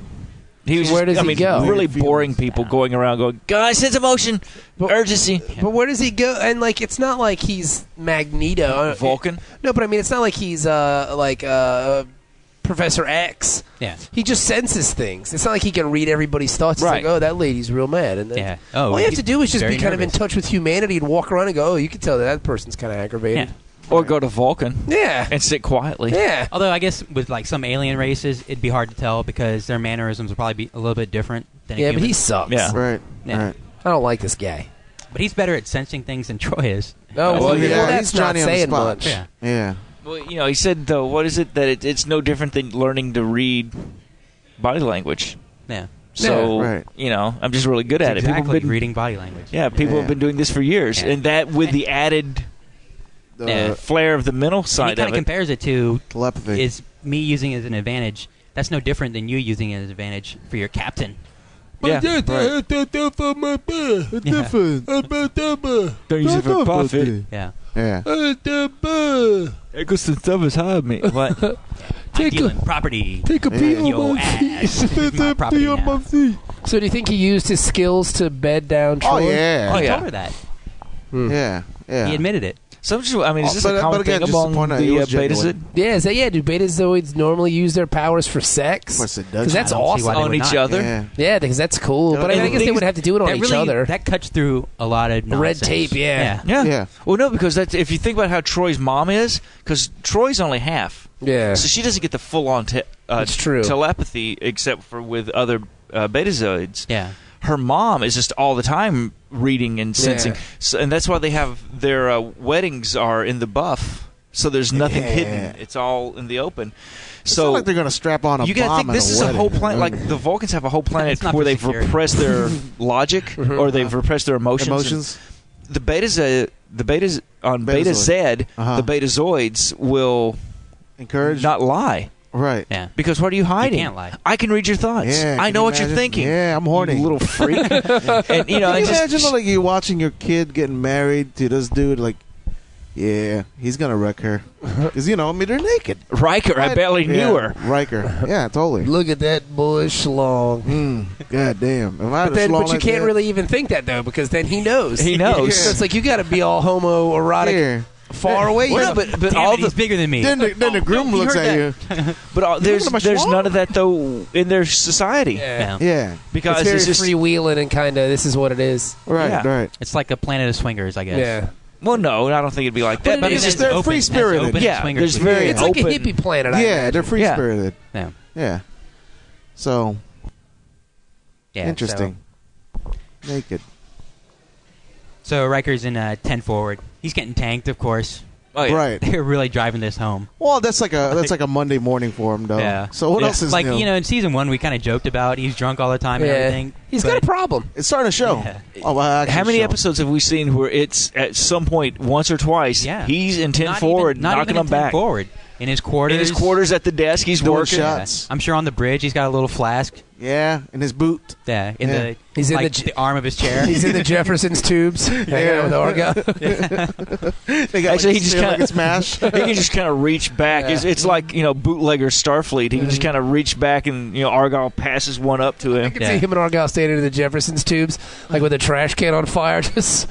He was. So where just- does I he mean, go? Weird Really feelings. boring people going around going, guys, sense emotion, But- urgency. But where does he go? And like, it's not like he's Magneto. Vulcan. No, but I mean, it's not like he's uh like uh Professor X. Yeah, He just senses things. It's not like he can read everybody's thoughts. It's Right. like, oh, that lady's real mad. And then yeah. Oh, all you have he's to do is just be very kind of in nervous. touch with humanity and walk around and go, oh, you can tell that that person's kind of Yeah. aggravated. Or go to Vulcan Yeah. Yeah. and sit quietly. Although I guess with like some alien races, it'd be hard to tell because their mannerisms would probably be a little bit different than Yeah, but a human. he sucks. Yeah. Right. Yeah. Right. I don't like this guy. but he's better at sensing things than Troy is. Oh, No, well, Well, yeah, yeah, well, he's that's not Johnny on the saying spot. much. Yeah. Yeah. Well, you know, he said though, what is it that it, it's no different than learning to read body language. Yeah. So Yeah. Right. you know, I'm just really good at it. People exactly. have been, Reading body language. yeah, people Yeah. have been doing this for years, Yeah. and that with the added uh, The Yeah. flair of the mental And he side kind of of it. compares it to telepathy. is me using it as an advantage. That's no different than you using it as an advantage for your captain. Yeah. Yeah. Don't use it for profit. Yeah. Yeah. It goes to Thomas me. What? I'm Take dealing a, property. take a Yeah. pee Yo on my ass. feet. This is my property now. So do you think he used his skills to bed down Troy? Oh yeah. He yeah. told her that. Yeah. Yeah. He admitted it. So I'm just, I mean, is this But- a common but again, thing just the among point out, it the uh, was beta genuine. zit? Yeah, is that yeah? Do betazoids normally use their powers for Of sex? course it does. Because that's I don't see why awesome. they on would each not. other? Yeah. Yeah, because that's cool. But I, mean, I And the guess they thing would is- have to do it on that each really other. that cuts through a lot of Red nonsense. tape, yeah. Yeah. Yeah. Well, no, because that's if you think about how Troy's mom is, because Troy's only half, yeah. so she doesn't get the full on te- uh, That's true. telepathy except for with other uh, betazoids. Yeah. Her mom is just all the time reading and sensing, Yeah. so, and that's why they have their uh, weddings are in the buff. So there's nothing Yeah. hidden; it's all in the open. It's so not like they're gonna strap on a you gotta bomb think this at is a wedding. whole planet. Like the Vulcans have a whole planet It's not where for they've security. repressed their logic or they've repressed their emotions. Uh-huh. emotions. And The betas, uh, the betas on Beta Betazoid. Z, Uh-huh. the betazoids will Encourage. not lie right. Yeah. because what are you hiding? can't lie. I can read your thoughts. Yeah, I can know you what imagine? you're thinking. Yeah, I'm horny. you little freak. and you know, Can and you just imagine like you watching your kid getting married to this dude? Like, yeah, he's gonna wreck her because you know, I mean, they're naked. Riker. I barely yeah, knew her. Riker. Yeah, totally. Look at that boy schlong. Mm, God damn. If I had But a then, schlong but you like can't that- really even think that though, because then he knows. He knows. So it's like you got to be all homoerotic, Here. far away. Well, no, You know, but but Damn all it, he's the bigger than me. Then the, then the groom you looks heard at that. but all, there's looking at my there's schlong? none of that though in their society yeah. you. Yeah. because it's very it's just freewheeling and kind of this is what it is. Right. Yeah. Right. It's like a planet of swingers, I guess. Yeah, well, no, I don't think it'd be like that. But But it it's is just they're open. free That's spirited. open Yeah, swingers there's league. very- it's like a open. hippie planet. I Yeah, they're free Yeah. spirited. Yeah. Yeah. So Yeah, interesting. Naked. So, so Riker's in uh, ten forward. He's getting tanked, of course. oh, yeah. Right. They're really driving this home. Well, that's like a that's like a Monday morning for him, though. Yeah. Oh. So what Yeah. else is like new? you know in season one we kind of joked about he's drunk all the time and Yeah. everything. He's got but a problem. it's starting to show. Yeah. Oh, well, actually How many show. episodes have we seen where it's at some point once or twice? Yeah. he's in ten not forward, even, not knocking even in them 10 back forward in his quarters. in his quarters at the desk. He's Doing working. Yeah. shots. I'm sure on the bridge he's got a little flask. Yeah, in his boot. Yeah, in Yeah. the He's in like, the j- arm of his chair. He's in the Jefferson's tubes, hanging out with Orga. They got, like, Actually, he just they got, like kinda- it's mash. he can just kind of reach back. It's, it's like you know bootlegger Starfleet. He can just kind of reach back, and you know Argyle passes one up to I him. can Yeah. see him and Argyle standing in the Jefferson's tubes, like with a trash can on fire, just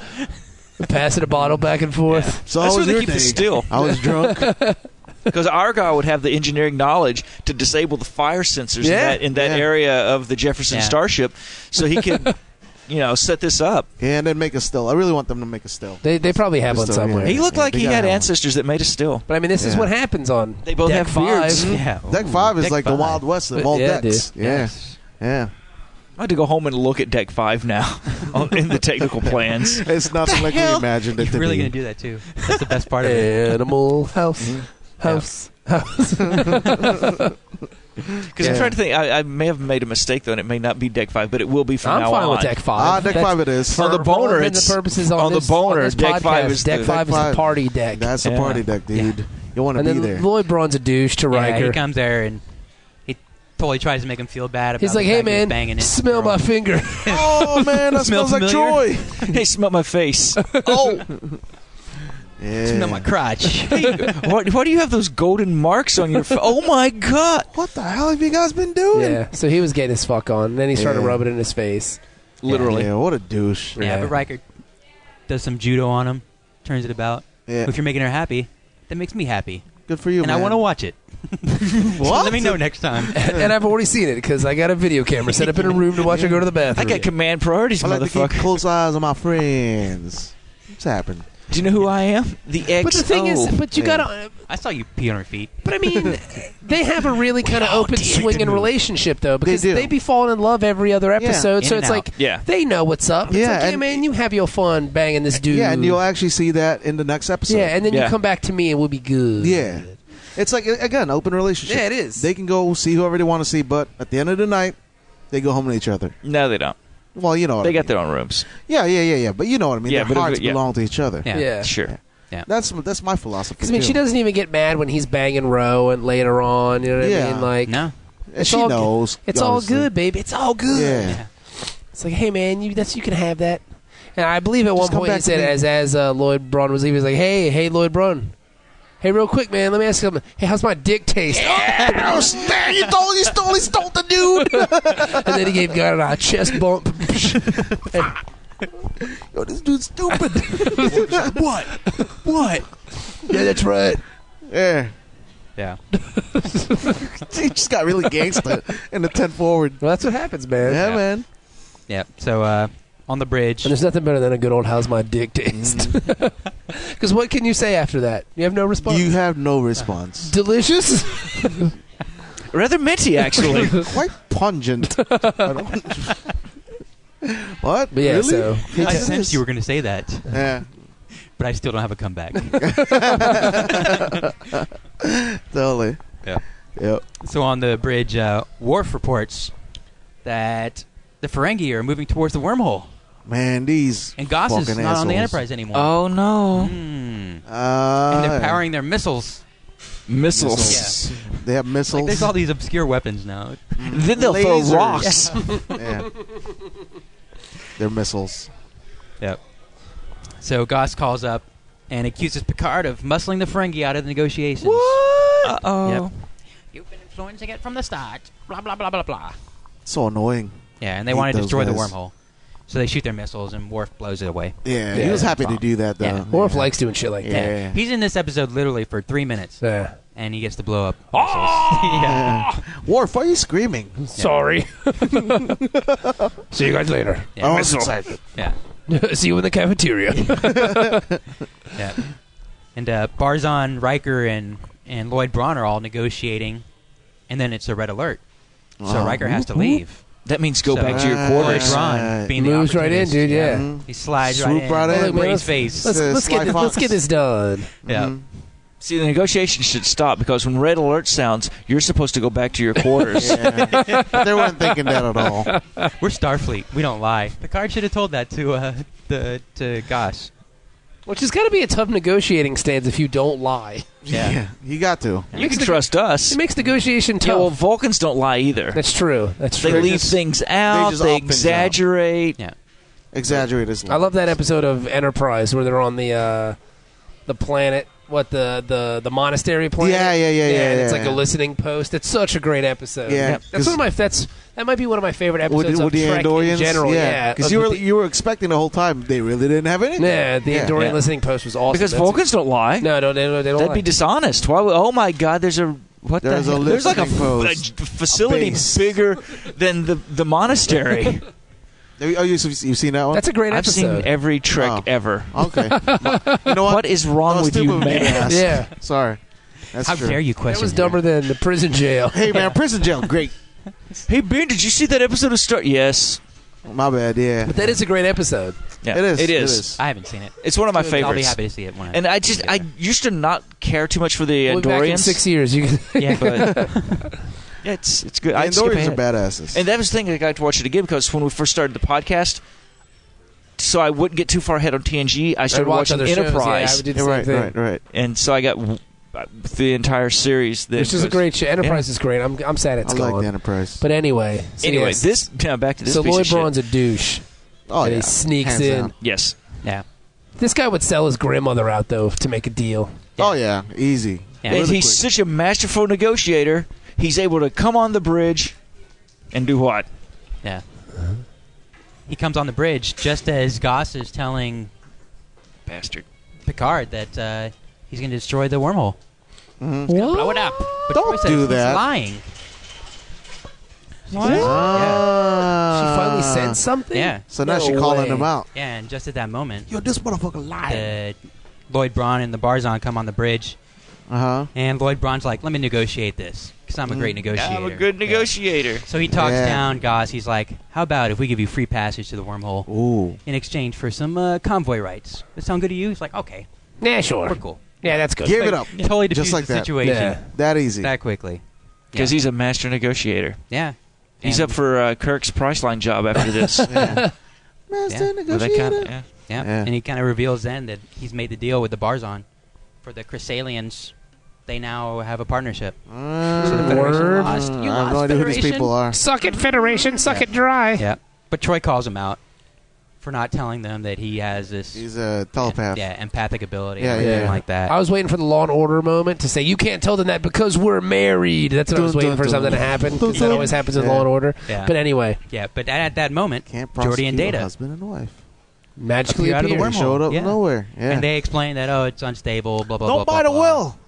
passing a bottle back and forth. so That's how where was they your keep the day? still. I was drunk. Because Argyle would have the engineering knowledge to disable the fire sensors Yeah. in that, in that Yeah. area of the Jefferson Yeah. Starship, so he could, you know, set this up. yeah, and then make a still. I really want them to make a still. They, they probably have Just one over here. somewhere. He looked Yeah, like they he gotta had have one. ancestors that made a still. But I mean, this is Yeah. what happens on. They both Deck have beards. Five. yeah. Deck five is Deck like the five. Wild West of all Yeah, decks. dude. Yeah, yeah. I had to go home and look at Deck Five now on- in the technical plans. It's nothing like we hell? imagined it He's to really be. gonna do that too. That's the best part of it. Animal house. House. House. Because I'm Yeah. trying to think, I, I may have made a mistake though, and it may not be Deck Five, but it will be from I'm now fine on. with deck five. Ah, deck That's- five it is. For the all boner, intents it's- and purposes on, on the this, boner, on this deck five podcast, is deck the- Deck five is the five. party deck. That's the Yeah. party deck, dude. You want to and be then there. Lloyd Braun's a douche to Yeah, Riker. he comes there and he totally tries to make him feel bad. About He's like, the "Hey fact that he's man, banging it. smell my finger." oh man, that Smell smells like familiar? joy. Hey, smell my face. oh, Yeah. smell my crotch." why, why do you have those golden marks on your? Fa- oh my God! what the hell have you guys been doing? yeah. So he was getting his fuck on. And then he started Yeah. rubbing it in his face. Literally. Yeah, what a douche. yeah, but Riker does some judo on him, turns it about. Yeah. If you're making her happy, that makes me happy, Good for you, and man. I want to watch it. So What? let me know next time. and I've already seen it because I got a video camera set up in a room to watch her go to the I bathroom. got command priorities, I like to keep motherfucker. close eyes on my friends. What's happened? Do you know who I am? The XO. but the thing is, but you Yeah. gotta. I saw you pee on her feet. But I mean, they have a really kind of open swinging relationship though, because do. they be falling in love every other episode. In so and it's out. like Yeah. they know what's up. It's Yeah, like, hey and- man, you have your fun banging this dude. Yeah, and you'll actually see that in the next episode. Yeah, and then you Yeah. come back to me and we'll be good. yeah. It's like again, open relationship. Yeah, it is. They can go see whoever they want to see, but at the end of the night, they go home to each other. no, they don't. Well, you know, what They I got mean. their own rooms. Yeah, yeah, yeah, yeah. But you know what I mean. Yeah, but their if hearts it- yeah. belong to each other. Yeah. Yeah. Sure. That's that's my philosophy. Because I mean, too. she doesn't even get mad when he's banging Roe and later on. You know what I Yeah. mean? Like, No. And she all good. knows. it's obviously. all good, baby. It's all good. Yeah. It's like, hey man, you that's you can have that. And I believe at one come point he back to said, me. as as uh, Lloyd Braun was leaving, he was like, hey, hey, Lloyd Braun. Hey, real quick, man. Let me ask you something. Hey, how's my dick taste? Gross, man, you stole, you stole, you stole the dude. and then he gave God a chest bump. Yo, this dude's stupid. what? What? yeah, that's right. yeah, Yeah. he just got really gangster in the ten forward. Well, that's what happens, man. Yeah, Yeah. man. Yeah. So uh, on the bridge. And there's nothing better than a good old how's my dick Mm. taste. Because what can you say after that? You have no response. You have no response. Delicious. Rather minty, actually. Quite pungent. what? But yeah, really? so- He I says- sensed you were going to say that, Yeah. but I still don't have a comeback. Totally. Yeah. Yep. so on the bridge, uh, Worf reports that the Ferengi are moving towards the wormhole. Man, these And Goss is not fucking on assholes. the Enterprise anymore. Oh no, Mm. Uh, And they're powering their missiles. missiles. Missiles. They have missiles. Like, there's all these obscure weapons now. Then they'll Lasers. throw rocks. yeah. They're missiles. Yep. So Goss calls up and accuses Picard of muscling the Ferengi out of the negotiations. Uh oh. You've been influencing it from the start. Blah blah blah blah blah. So annoying. Yeah, and they Hate want to those destroy the guys. wormhole. So they shoot their missiles and Worf blows it away. Yeah, Yeah, he was happy to wrong. do that though. Yeah. Worf likes doing shit like Yeah. that. He's in this episode literally for three minutes Yeah. and he gets to blow up. missiles. yeah. Yeah. Worf, why are you screaming? Sorry. See you guys later. Yeah. I was excited. Yeah. See you in the cafeteria. Yeah. And uh, Barzon, Riker, and, and Lloyd Braun are all negotiating, and then it's a red alert. So Wow. Riker has to leave. That means go So- back to your Lloyd quarters. Braun being the Moves right in, opportunist. dude. Yeah. Mhm. He slides Swoop right right in. in, Look, Brain's let's- face. Let's, Uh, let's get Sly this, let's Fox. get this done. yeah. Mhm. See, the negotiations should stop because when red alert sounds, you're supposed to go back to your quarters. Yeah. But they weren't thinking that at all. We're Starfleet. We don't lie. Picard should have told that to uh, the to Gosh. Which is got to be a tough negotiating stance if you don't lie. Yeah. you got to. You can trust us. It makes negotiation Yeah, tough. well, Vulcans don't lie either. That's true. That's They true. leave just- things out. just They, opt things out. exaggerate. Yeah. Exaggerate his. I love that episode of Enterprise where they're on the uh, the planet, what the the the monastery planet. Yeah, yeah, yeah, yeah, and It's yeah, like yeah. a listening post. It's such a great episode. Yeah, that's 'cause- one of my that's that might be one of my favorite With, episodes with of the Trek Andorians, in general. Yeah, because Of you the- were you were expecting the whole time they really didn't have anything. yeah the Yeah. Andorian Yeah. listening post was awesome. Because That's- Vulcans don't lie. No, no, they, don't- they don't. That'd lie. be dishonest. Why? would- Oh my God! There's a what? There's the a heck? there's like a, listening post, f- a facility base. bigger than the the monastery. Oh, you, you've seen that one? That's a great I've episode. seen every Trek Wow. ever. okay. Oh. you know what? What is wrong Those with two you, movies man? you asked. Yeah. Sorry. That's How true. dare you that question was dumber that? than the prison jail. Hey man, prison jail, great. Hey Ben, did you see that episode of Star? Yes, My bad. Yeah. But that is a great episode. yeah, It is. It is. It is. I haven't seen it. It's one of my I'll be favorites. happy to see it when I And I just I used to not care too much for the We'll be back in Andorians. six years. You can, yeah. but yeah, it's it's good. The I'd skip Andorians are ahead. badasses. And that was the thing I got to watch it again because when we first started the podcast, so I wouldn't get too far ahead on TNG. I I'd started watch watching other Enterprise, shows. Yeah, I would do the Yeah, same right, thing. right, right. and so I got w- uh, the entire series. Then Which is a goes- great show. Enterprise is great. I'm, I'm sad it's I gone. like the Enterprise. But anyway, so Anyway, yes. this now back to this. so piece Lloyd of shit. Braun's a douche, oh and yeah. he sneaks Hands in. down. Yes, yeah. This guy would sell his grandmother out though to make a deal. Oh yeah, easy. Yeah. and Really he's quick. such a masterful negotiator. He's able to come on the bridge and do what? Yeah. He comes on the bridge just as Goss is telling Bastard. Picard that uh, he's going to destroy the wormhole. Blow it up. But Don't Troy says do he's that. lying. What? She finally Uh, said something. Yeah. Ah. So now No she's calling way. him out. Yeah, and just at that moment, Yo, this motherfucker lied. the Lloyd Braun and the Barzon come on the bridge, Uh huh. and Lloyd Braun's like, "Let me negotiate this, because I'm a great negotiator." Mm. I'm a good Yeah. negotiator. So he talks Yeah. down Goss. He's like, "How about if we give you free passage to the wormhole Ooh. in exchange for some uh, convoy rights? That sound good to you?" He's like, "Okay, Nah, we're sure. cool." Yeah, that's good. Give it up. Totally Just diffused like the that. situation Yeah. That easy. that quickly. Because he's a master negotiator. Yeah. He's And- up for uh, Kirk's Priceline job after this. Yeah. Yeah. Master Well, that negotiator. kind of- yeah. Yeah. Yeah. And he kind of reveals then that he's made the deal with the Barzon for the Chrysalians. They now have a partnership. Uh, So the Federation Word. lost. Mm, I You have lost, no idea who these Federation. people are. Suck it, Federation. Suck it dry. Yeah. But Troy calls him out for not telling them that he has this He's a telepath. yeah, empathic ability Yeah, and everything yeah. like that. I was waiting for the Law and Order moment to say you can't tell them that because we're married. That's what I was Dun, waiting dun, for dun. something to happen. 'cause Dun, That dun. always happens in Yeah. Law and Order. Yeah. But anyway, yeah, but at, at that moment, Can't Jordy prosecute and a Data. husband and wife. magically Appear out of the appears. wormhole. Showed up Yeah. nowhere. Yeah. And they explain that, oh, it's unstable, blah, blah, Don't blah. buy the blah,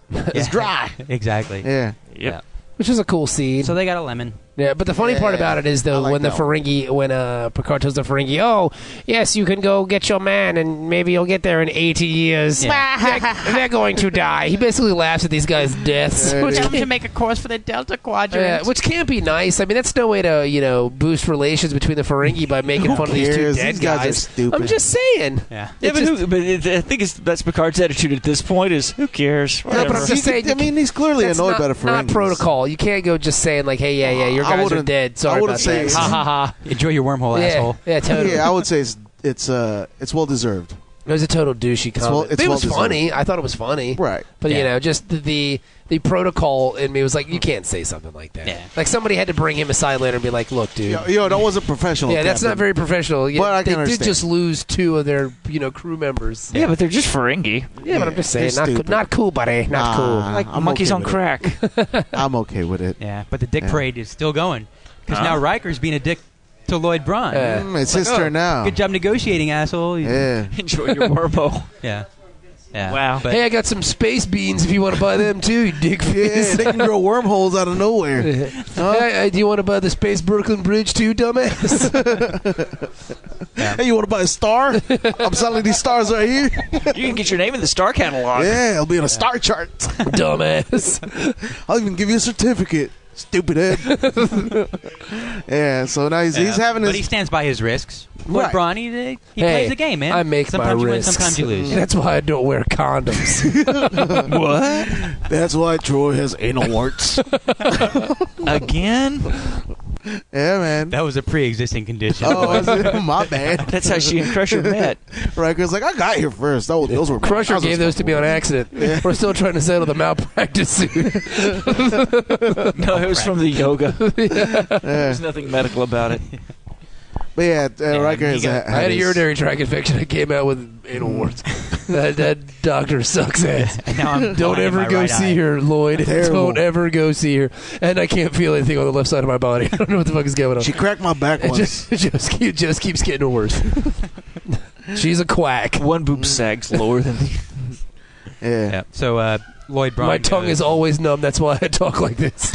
blah. will. It's dry. Exactly. Yeah. Yep. which is a cool scene. So they got a lemon. Yeah, but the funny Yeah, part yeah, about it is I though like when the that one. Ferengi, when uh, Picard tells the Ferengi, "Oh, yes, you can go get your man, and maybe you'll get there in eighty years. Ah, Yeah. they're, they're going to die." He basically laughs at these guys' deaths, Yeah, which, dude. can't- make a course for the Delta Quadrant. yeah, which can't be nice. I mean, that's no way to you know boost relations between the Ferengi by making Who fun of these two cares? dead These guys are stupid. I'm just saying. yeah. Yeah, It's but, who, but it, I think it's, that's Picard's attitude at this point is who cares? but I'm Whatever. just You could- saying, I you mean, he's clearly That's annoyed not, by the not Ferengis. protocol. You can't go just saying like, "Hey, yeah, yeah, your I guys are wouldn't- dead." Sorry I wouldn't about say that. it's- Ha ha ha. Enjoy your wormhole, Yeah, asshole. yeah, totally. Yeah, I would say it's it's uh it's well deserved. It was a total douchey well- comment. it's it was well-deserved. funny. I thought it was funny. Right. But you Yeah. know, just the, the the protocol in me was like, you can't say something like that. Yeah. Like somebody had to bring him aside later and be like, look, dude. Yo, yo that wasn't professional. yeah, that's not Captain. very professional. Yeah, But I they can did understand. just lose two of their you know crew members. Yeah, but they're just Ferengi. Yeah, but I'm just they're saying, not cool, stupid. not cool, buddy. Not Nah, cool. Like I'm monkeys okay on with it. crack. I'm okay with it. Yeah, but the dick Yeah. parade is still going because Huh? now Riker's being a dick to Lloyd Braun. Yeah. Mm, it's his turn now. Good job negotiating, asshole. Yeah. Enjoy your Warbo. Yeah. Yeah. Wow. But hey, I got some space beans if you want to buy them too, you dick Yeah, face. they can grow wormholes out of nowhere. Hey, uh, do you want to buy the space Brooklyn Bridge too, dumbass? Hey, you want to buy a star? I'm selling these stars right here. You can get your name in the star catalog. Yeah, it'll be on a star chart. dumbass. I'll even give you a certificate. Stupid head. yeah, so now he's, yeah. he's having But he his. stands by his risks. Lloyd Right. Braun, he, he Hey, plays the game, man. I make sometimes my you risks. win, sometimes you lose. That's why I don't wear condoms. What? That's why Troy has anal warts. Again? yeah, man. That was a pre-existing condition. oh, I said, my bad. That's how she and Crusher met. Riker's like, I got here first. That was, those were Crusher that was gave those to me on accident. We're still trying to settle the malpractice suit. No, it was from the yoga. Yeah. There's nothing medical about it. But yeah, uh, Riker he has. got- ha- I had a his- urinary tract infection. I came out with anal Mm. warts. that, that doctor sucks ass. And now I'm Don't blind in ever my go right see eye. her, Lloyd. Terrible. Don't ever go see her. And I can't feel anything on the left side of my body. I don't know what the fuck is going on. She cracked my back it once. just, it just, keep, it just keeps getting worse. She's a quack. One boob sags lower than the yeah. Yeah. So uh, Lloyd Braun. my tongue goes- is always numb. That's why I talk like this.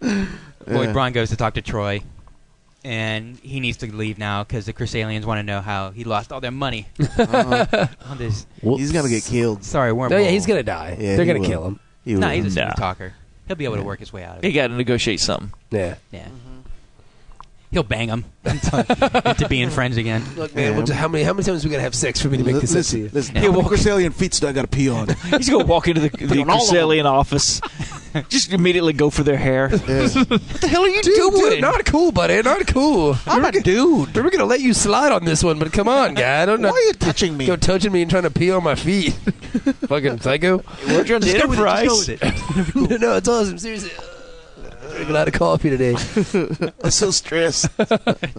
Lloyd Yeah. Braun goes to talk to Troy, and he needs to leave now because the Crusalians want to know how he lost all their money Uh-uh. on this. he's gonna get killed. Sorry, wormhole. no, Oh, yeah, he's gonna die. Yeah, They're he gonna will. kill him. He No, will. he's a smooth Nah. talker. He'll be able to work his way out of You it. got to negotiate something. Yeah. Yeah. He'll bang him into being friends again. Look, man, man, Yeah. what's- how many how many times we gonna have sex for me to make L- this listen, listen. Yeah. Hey, Walker Salient feet that I gotta pee on. He's gonna walk into the, the on all of them. Crusalian office, just immediately go for their hair. Yeah. What the hell are you Dude, dude, not cool, buddy. Not cool. I'm a dude. We We're gonna let you slide on this one, but come on, guy. I don't Why know. are you touching me? Go touching me and trying to pee on my feet. Fucking psycho. We're trying to enterprise. no, no, it's awesome. Seriously. Drink a lot of coffee today. I'm so stressed.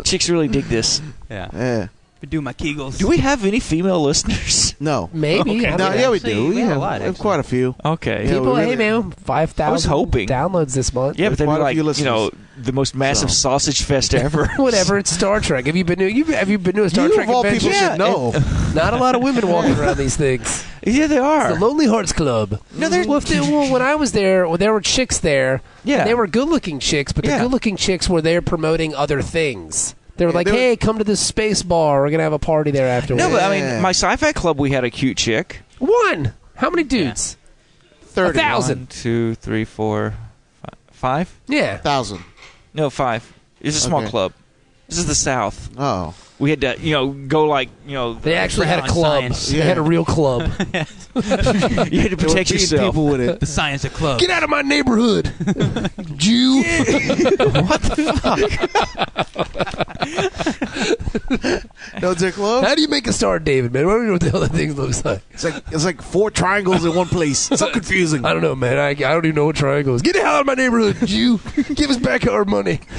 Chicks really dig this. Yeah. yeah. Do my kegels. Do we have any female listeners? No. Maybe. I No, don't yeah, know. we actually, do. we had a have, lot, we have actually. quite a few. Okay. Yeah, People, we hey really- man, five thousand hoping. downloads this month. Yeah, but then Quite a like few you know the most massive So. sausage fest ever. Whatever, it's Star Trek. Have you been to you have you been to a Star you Trek of all convention? people should know. Not a lot of women walking around these things. yeah, they It's are. the Lonely Hearts Club. No, there's well, if they, well, when I was there, well, there were chicks there. Yeah. and they were good-looking chicks, but the Yeah. good-looking chicks were there promoting other things. They were like, they were- "Hey, come to this space bar. We're gonna have a party there afterwards." no, but I Yeah. mean, my sci-fi club, we had a cute chick. one. How many dudes? Thirty. A thousand. One, two, three, four, fi- five. Yeah. Thousand. No, five. It's a small Okay. club. This is the South. Oh. We had to, you know, go like, you know, They actually had a on club. science. They had a Yeah. real club. you had to They were protect beating yourself. people with it. The science of club. Get out of my neighborhood, Jew. No, it's a club. How do you make a star, David? Man, I don't know what the hell that thing looks like. It's like it's like four triangles in one place. so confusing. I don't know, man. I, I don't even know what triangle is. Get the hell out of my neighborhood, Jew. Give us back our money.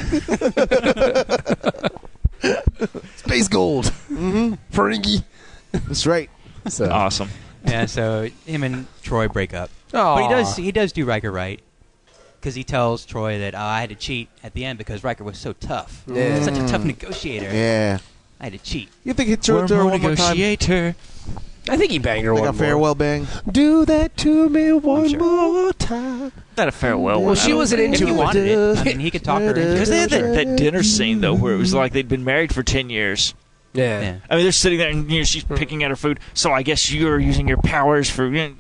Space gold. Ferengi. That's right. Mm-hmm. So. Awesome. yeah. So him and Troy break up. But he does he does do Riker right because he tells Troy that oh, I had to cheat at the end because Riker was so tough. Yeah. Such a tough negotiator. Yeah. I had to cheat. You think he turned to her one more time? negotiator. I think he banged her Like a one more. farewell bang. Do that to me one sure. more time. Not a farewell. Oh, Well, one, I she don't wasn't think. If he into it. wanted it, I mean, he could talk her into Because they it. had that, that dinner scene though, where it was like they'd been married for ten years. Yeah. Yeah. I mean, they're sitting there and you know, she's picking at her food. So I guess you're using your powers for. You know,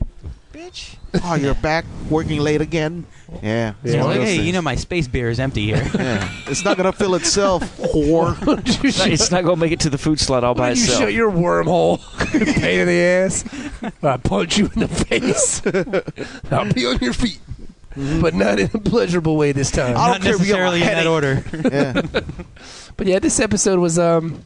bitch. Oh, you're back working late again. Yeah. It's He's one of like, those hey, you things. know my space beer is empty here. Yeah. It's not gonna fill itself, whore. It's not, it's not gonna make it to the food slot all by Why did you itself. shut your wormhole? Pain in the ass. I punch you in the face. I'll be on your feet. Mm-hmm. Ah. but not in a pleasurable way this time. I Not don't care if you got my necessarily in that headache. order. yeah. But yeah, this episode was um,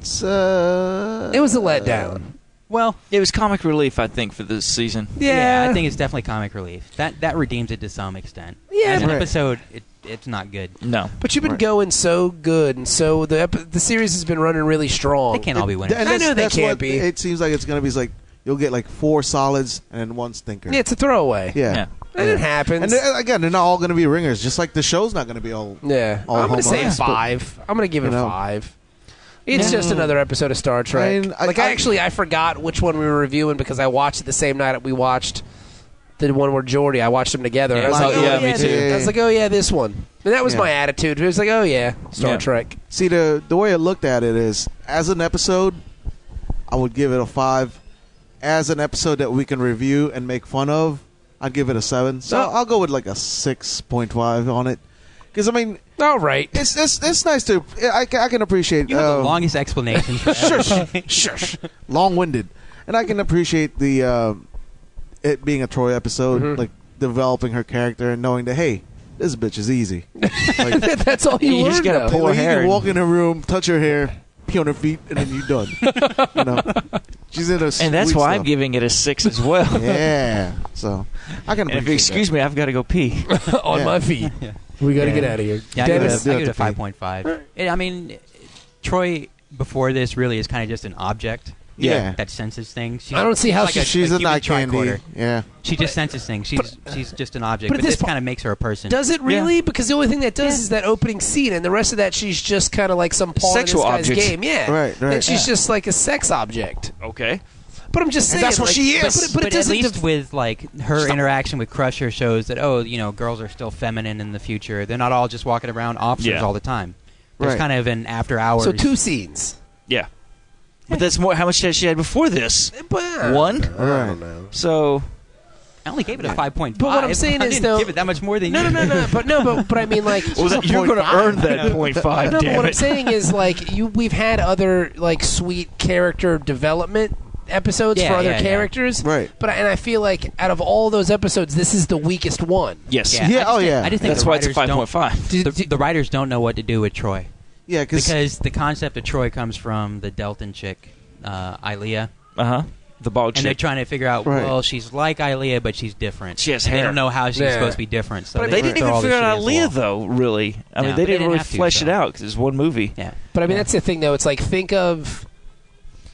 It's, uh, it was a letdown. Well, It was comic relief, I think, for this season. yeah. Yeah, I think it's definitely comic relief. That that redeems it to some extent. Yeah, As an Right. episode, it, it's not good. No, But you've been Right. going so good, and so the ep- the series has been running really strong. They can't all be and winners. I that's- know they that's can't what be. It seems like it's gonna be like you'll get like four solids and one stinker. Yeah, it's a throwaway. Yeah. Yeah. and it happens. And uh, they're- again, they're not all gonna be ringers. Just like the show's not gonna be all. yeah, all I'm gonna home say runs, but- five. I'm gonna give it You know. five. It's Yeah. just another episode of Star Trek. I mean, I- like I, I- actually I forgot which one we were reviewing because I watched it the same night that we watched the one where Geordi. I watched them together. and I was Yeah. like, Yeah, oh, me dude. too. I was like, oh yeah, this one. And that was Yeah. my attitude. It was like, oh yeah, Star Yeah. Trek. See the the way I looked at it is as an episode, I would give it a five. As an episode that we can review and make fun of, I'd give it a seven. So Oh. I'll go with like a six point five on it. Because I mean, All right. it's it's it's nice to I, ca- I can appreciate You have um, the longest explanation. For everything. shush, long winded, and I can appreciate the uh, it being a Troy episode, Mhm. like developing her character and knowing that hey, this bitch is easy. Like, That's all you, You just learned, gotta though. pull- like, you her hair can and- walk in her room, touch her hair, pee on her feet, and then you're done. you know, she's in a and that's sweet why I'm stuff. giving it a six as well. Yeah, so I can. And appreciate if you excuse me, I've got to go pee. on yeah. my feet. We got to Yeah. get out of here. Yeah, I give Dennis, do it a, I have give it to a pee. five point five. I mean, Troy before this really is kind of just an object. That. Yeah, that senses things. She's I don't see how like she- a, she's a a human night candy. tricorder. Yeah, She just senses things. She's she's just an object. but at But, this, this po- kind of makes her a person. Does it really? Because the only thing that does Yeah. is that opening scene, and the rest of that she's just kind of like some pawn Sexual in this guy's object. game. Yeah, Right, right. And she's just like a sex object. Okay. But I'm just saying And that's what like- she But, is. but, it- but it at doesn't. least def- with like her interaction with Crusher shows that oh you know girls are still feminine in the future. They're not all just walking around officers Yeah. all the time. There's Right. kind of an after hours. so two scenes. Yeah. But that's more. How much had she had before this? But, One. all right. So I only gave it a five point five. But what I'm saying I is, didn't though- give it that much more than uh, No, you. no, no, no. But no, but but I mean like. Well, that- you're going to earn that point five. No, but damn what it. I'm saying is like you. We've had other like sweet character development episodes Yeah, for other yeah, yeah. characters, Right. But I- and I feel like out of all those episodes, this is the weakest one. yes. Yeah, Yeah, I just oh, think- yeah. I just think That's the why it's a writers five don't- point five. The, the writers don't know what to do with Troy Yeah, because because the concept of Troy comes from the Delton chick, uh, Ilea, Uh huh. The bald and they're chick. trying to figure out. Right. Well, she's like Ilea, but she's different. She has And They hair. don't know how she's Yeah. supposed to be different. So But they, they didn't throw even all this figure it out shit against the Leah wall. though. Really. I No, mean, they they didn't, didn't really have to, flesh it so. out because it's one movie. Yeah. But I mean, Yeah. that's the thing, though. It's like think of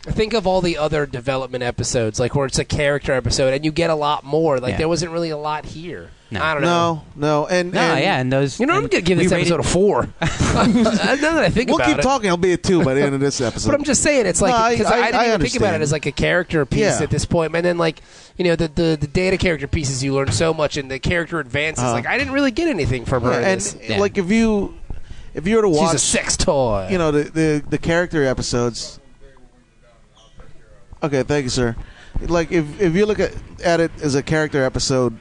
think of all the other development episodes, like where it's a character episode, and you get a lot more. Like Yeah. there wasn't really a lot here. No. I don't know. no, no, and No, and yeah, and those. You know, I'm and gonna give we this rated- episode a four. Uh, now that I think We'll about keep it, talking. I'll be a two by the end of this episode. but I'm just saying it's like No, I- because I, I- didn't I even think about it understand. as like a character piece Yeah. at this point, and then like you know the the, the data character pieces you learn so much, and the character advances. Uh. like I didn't really get anything from her. in and this. Yeah. like if you if you were to She's watch a sex toy. you know the, the the character episodes. Okay, thank you, sir. Like if if you look at at it as a character episode,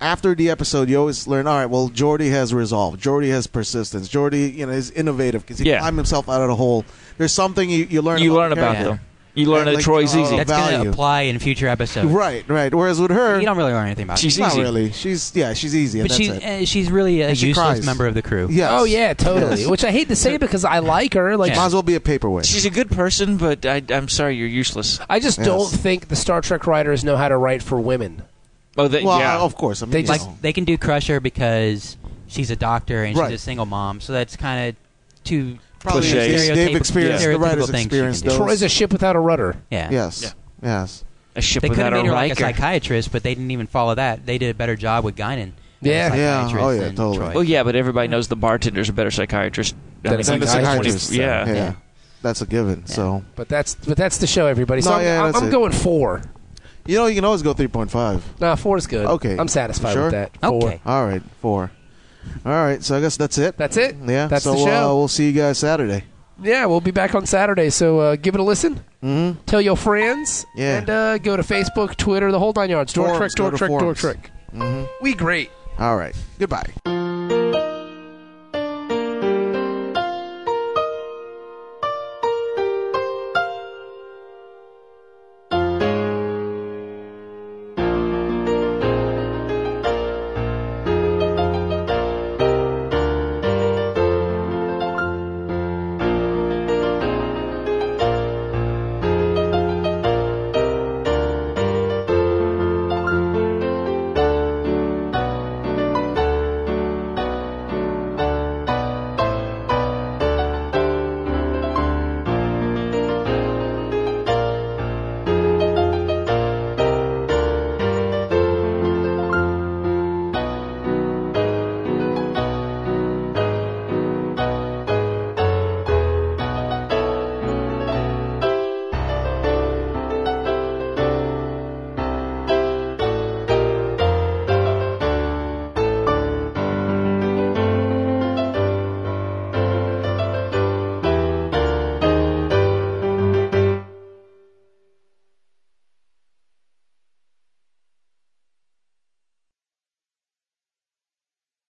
after the episode, you always learn. All right, well, Jordy has resolve. Jordy has persistence. Jordy, you know, is innovative because he Yeah. climbed himself out of the hole. There's something you, you learn. You about learn the about character. them. You learn And, that like, Troy's oh, easy. That's going value. to apply in future episodes. Right, right. Whereas with her, You don't really learn anything about. She's not easy. really. She's yeah, she's easy. it. And But she's that's it. uh, she's really a And she useless cries. member of the crew. Yes. Oh yeah, totally. Yes. Which I hate to say because I like her. Like Might as well be a paperweight. She's a good person, but I, I'm sorry, you're useless. I just Yes. don't think the Star Trek writers know how to write for women. Oh, that, well, yeah. of course. I mean, They you just- know. Like they can do Crusher because she's a doctor and Right. she's a single mom, so that's kind of two Probably Cliches. they've- they've experienced- the writers experienced those. Troy's a ship without a rudder. Yeah. yes, Yeah. yes. a ship They could have without made a her like a Riker. psychiatrist, but they didn't even follow that. They did a better job with Guinan. as a Yeah. Yeah. psychiatrist Oh, yeah, than totally. Troy. well, yeah, but everybody knows the bartender's a better psychiatrist. I Than mean, a like, psychiatrist, 20 Yeah. yeah. Yeah. That's a given. So But that's but that's the show, everybody. So No, I'm, yeah, I'm- that's I'm it. going four. you know you can always go three point five. Nah, four is good. Okay. I'm satisfied Sure? with that. Four. Okay. All right, four. All right, so I guess that's it. That's it. yeah, that's so the Uh, show. we'll see you guys Saturday. yeah, we'll be back on Saturday, so uh, give it a listen. Mm-hmm. Tell your friends. Yeah. And uh, go to Facebook, Twitter, the whole nine yards. Dork Forums, Trek, Dork go to Trek, Dork forums. Trek. Mm-hmm. We great. All right, goodbye.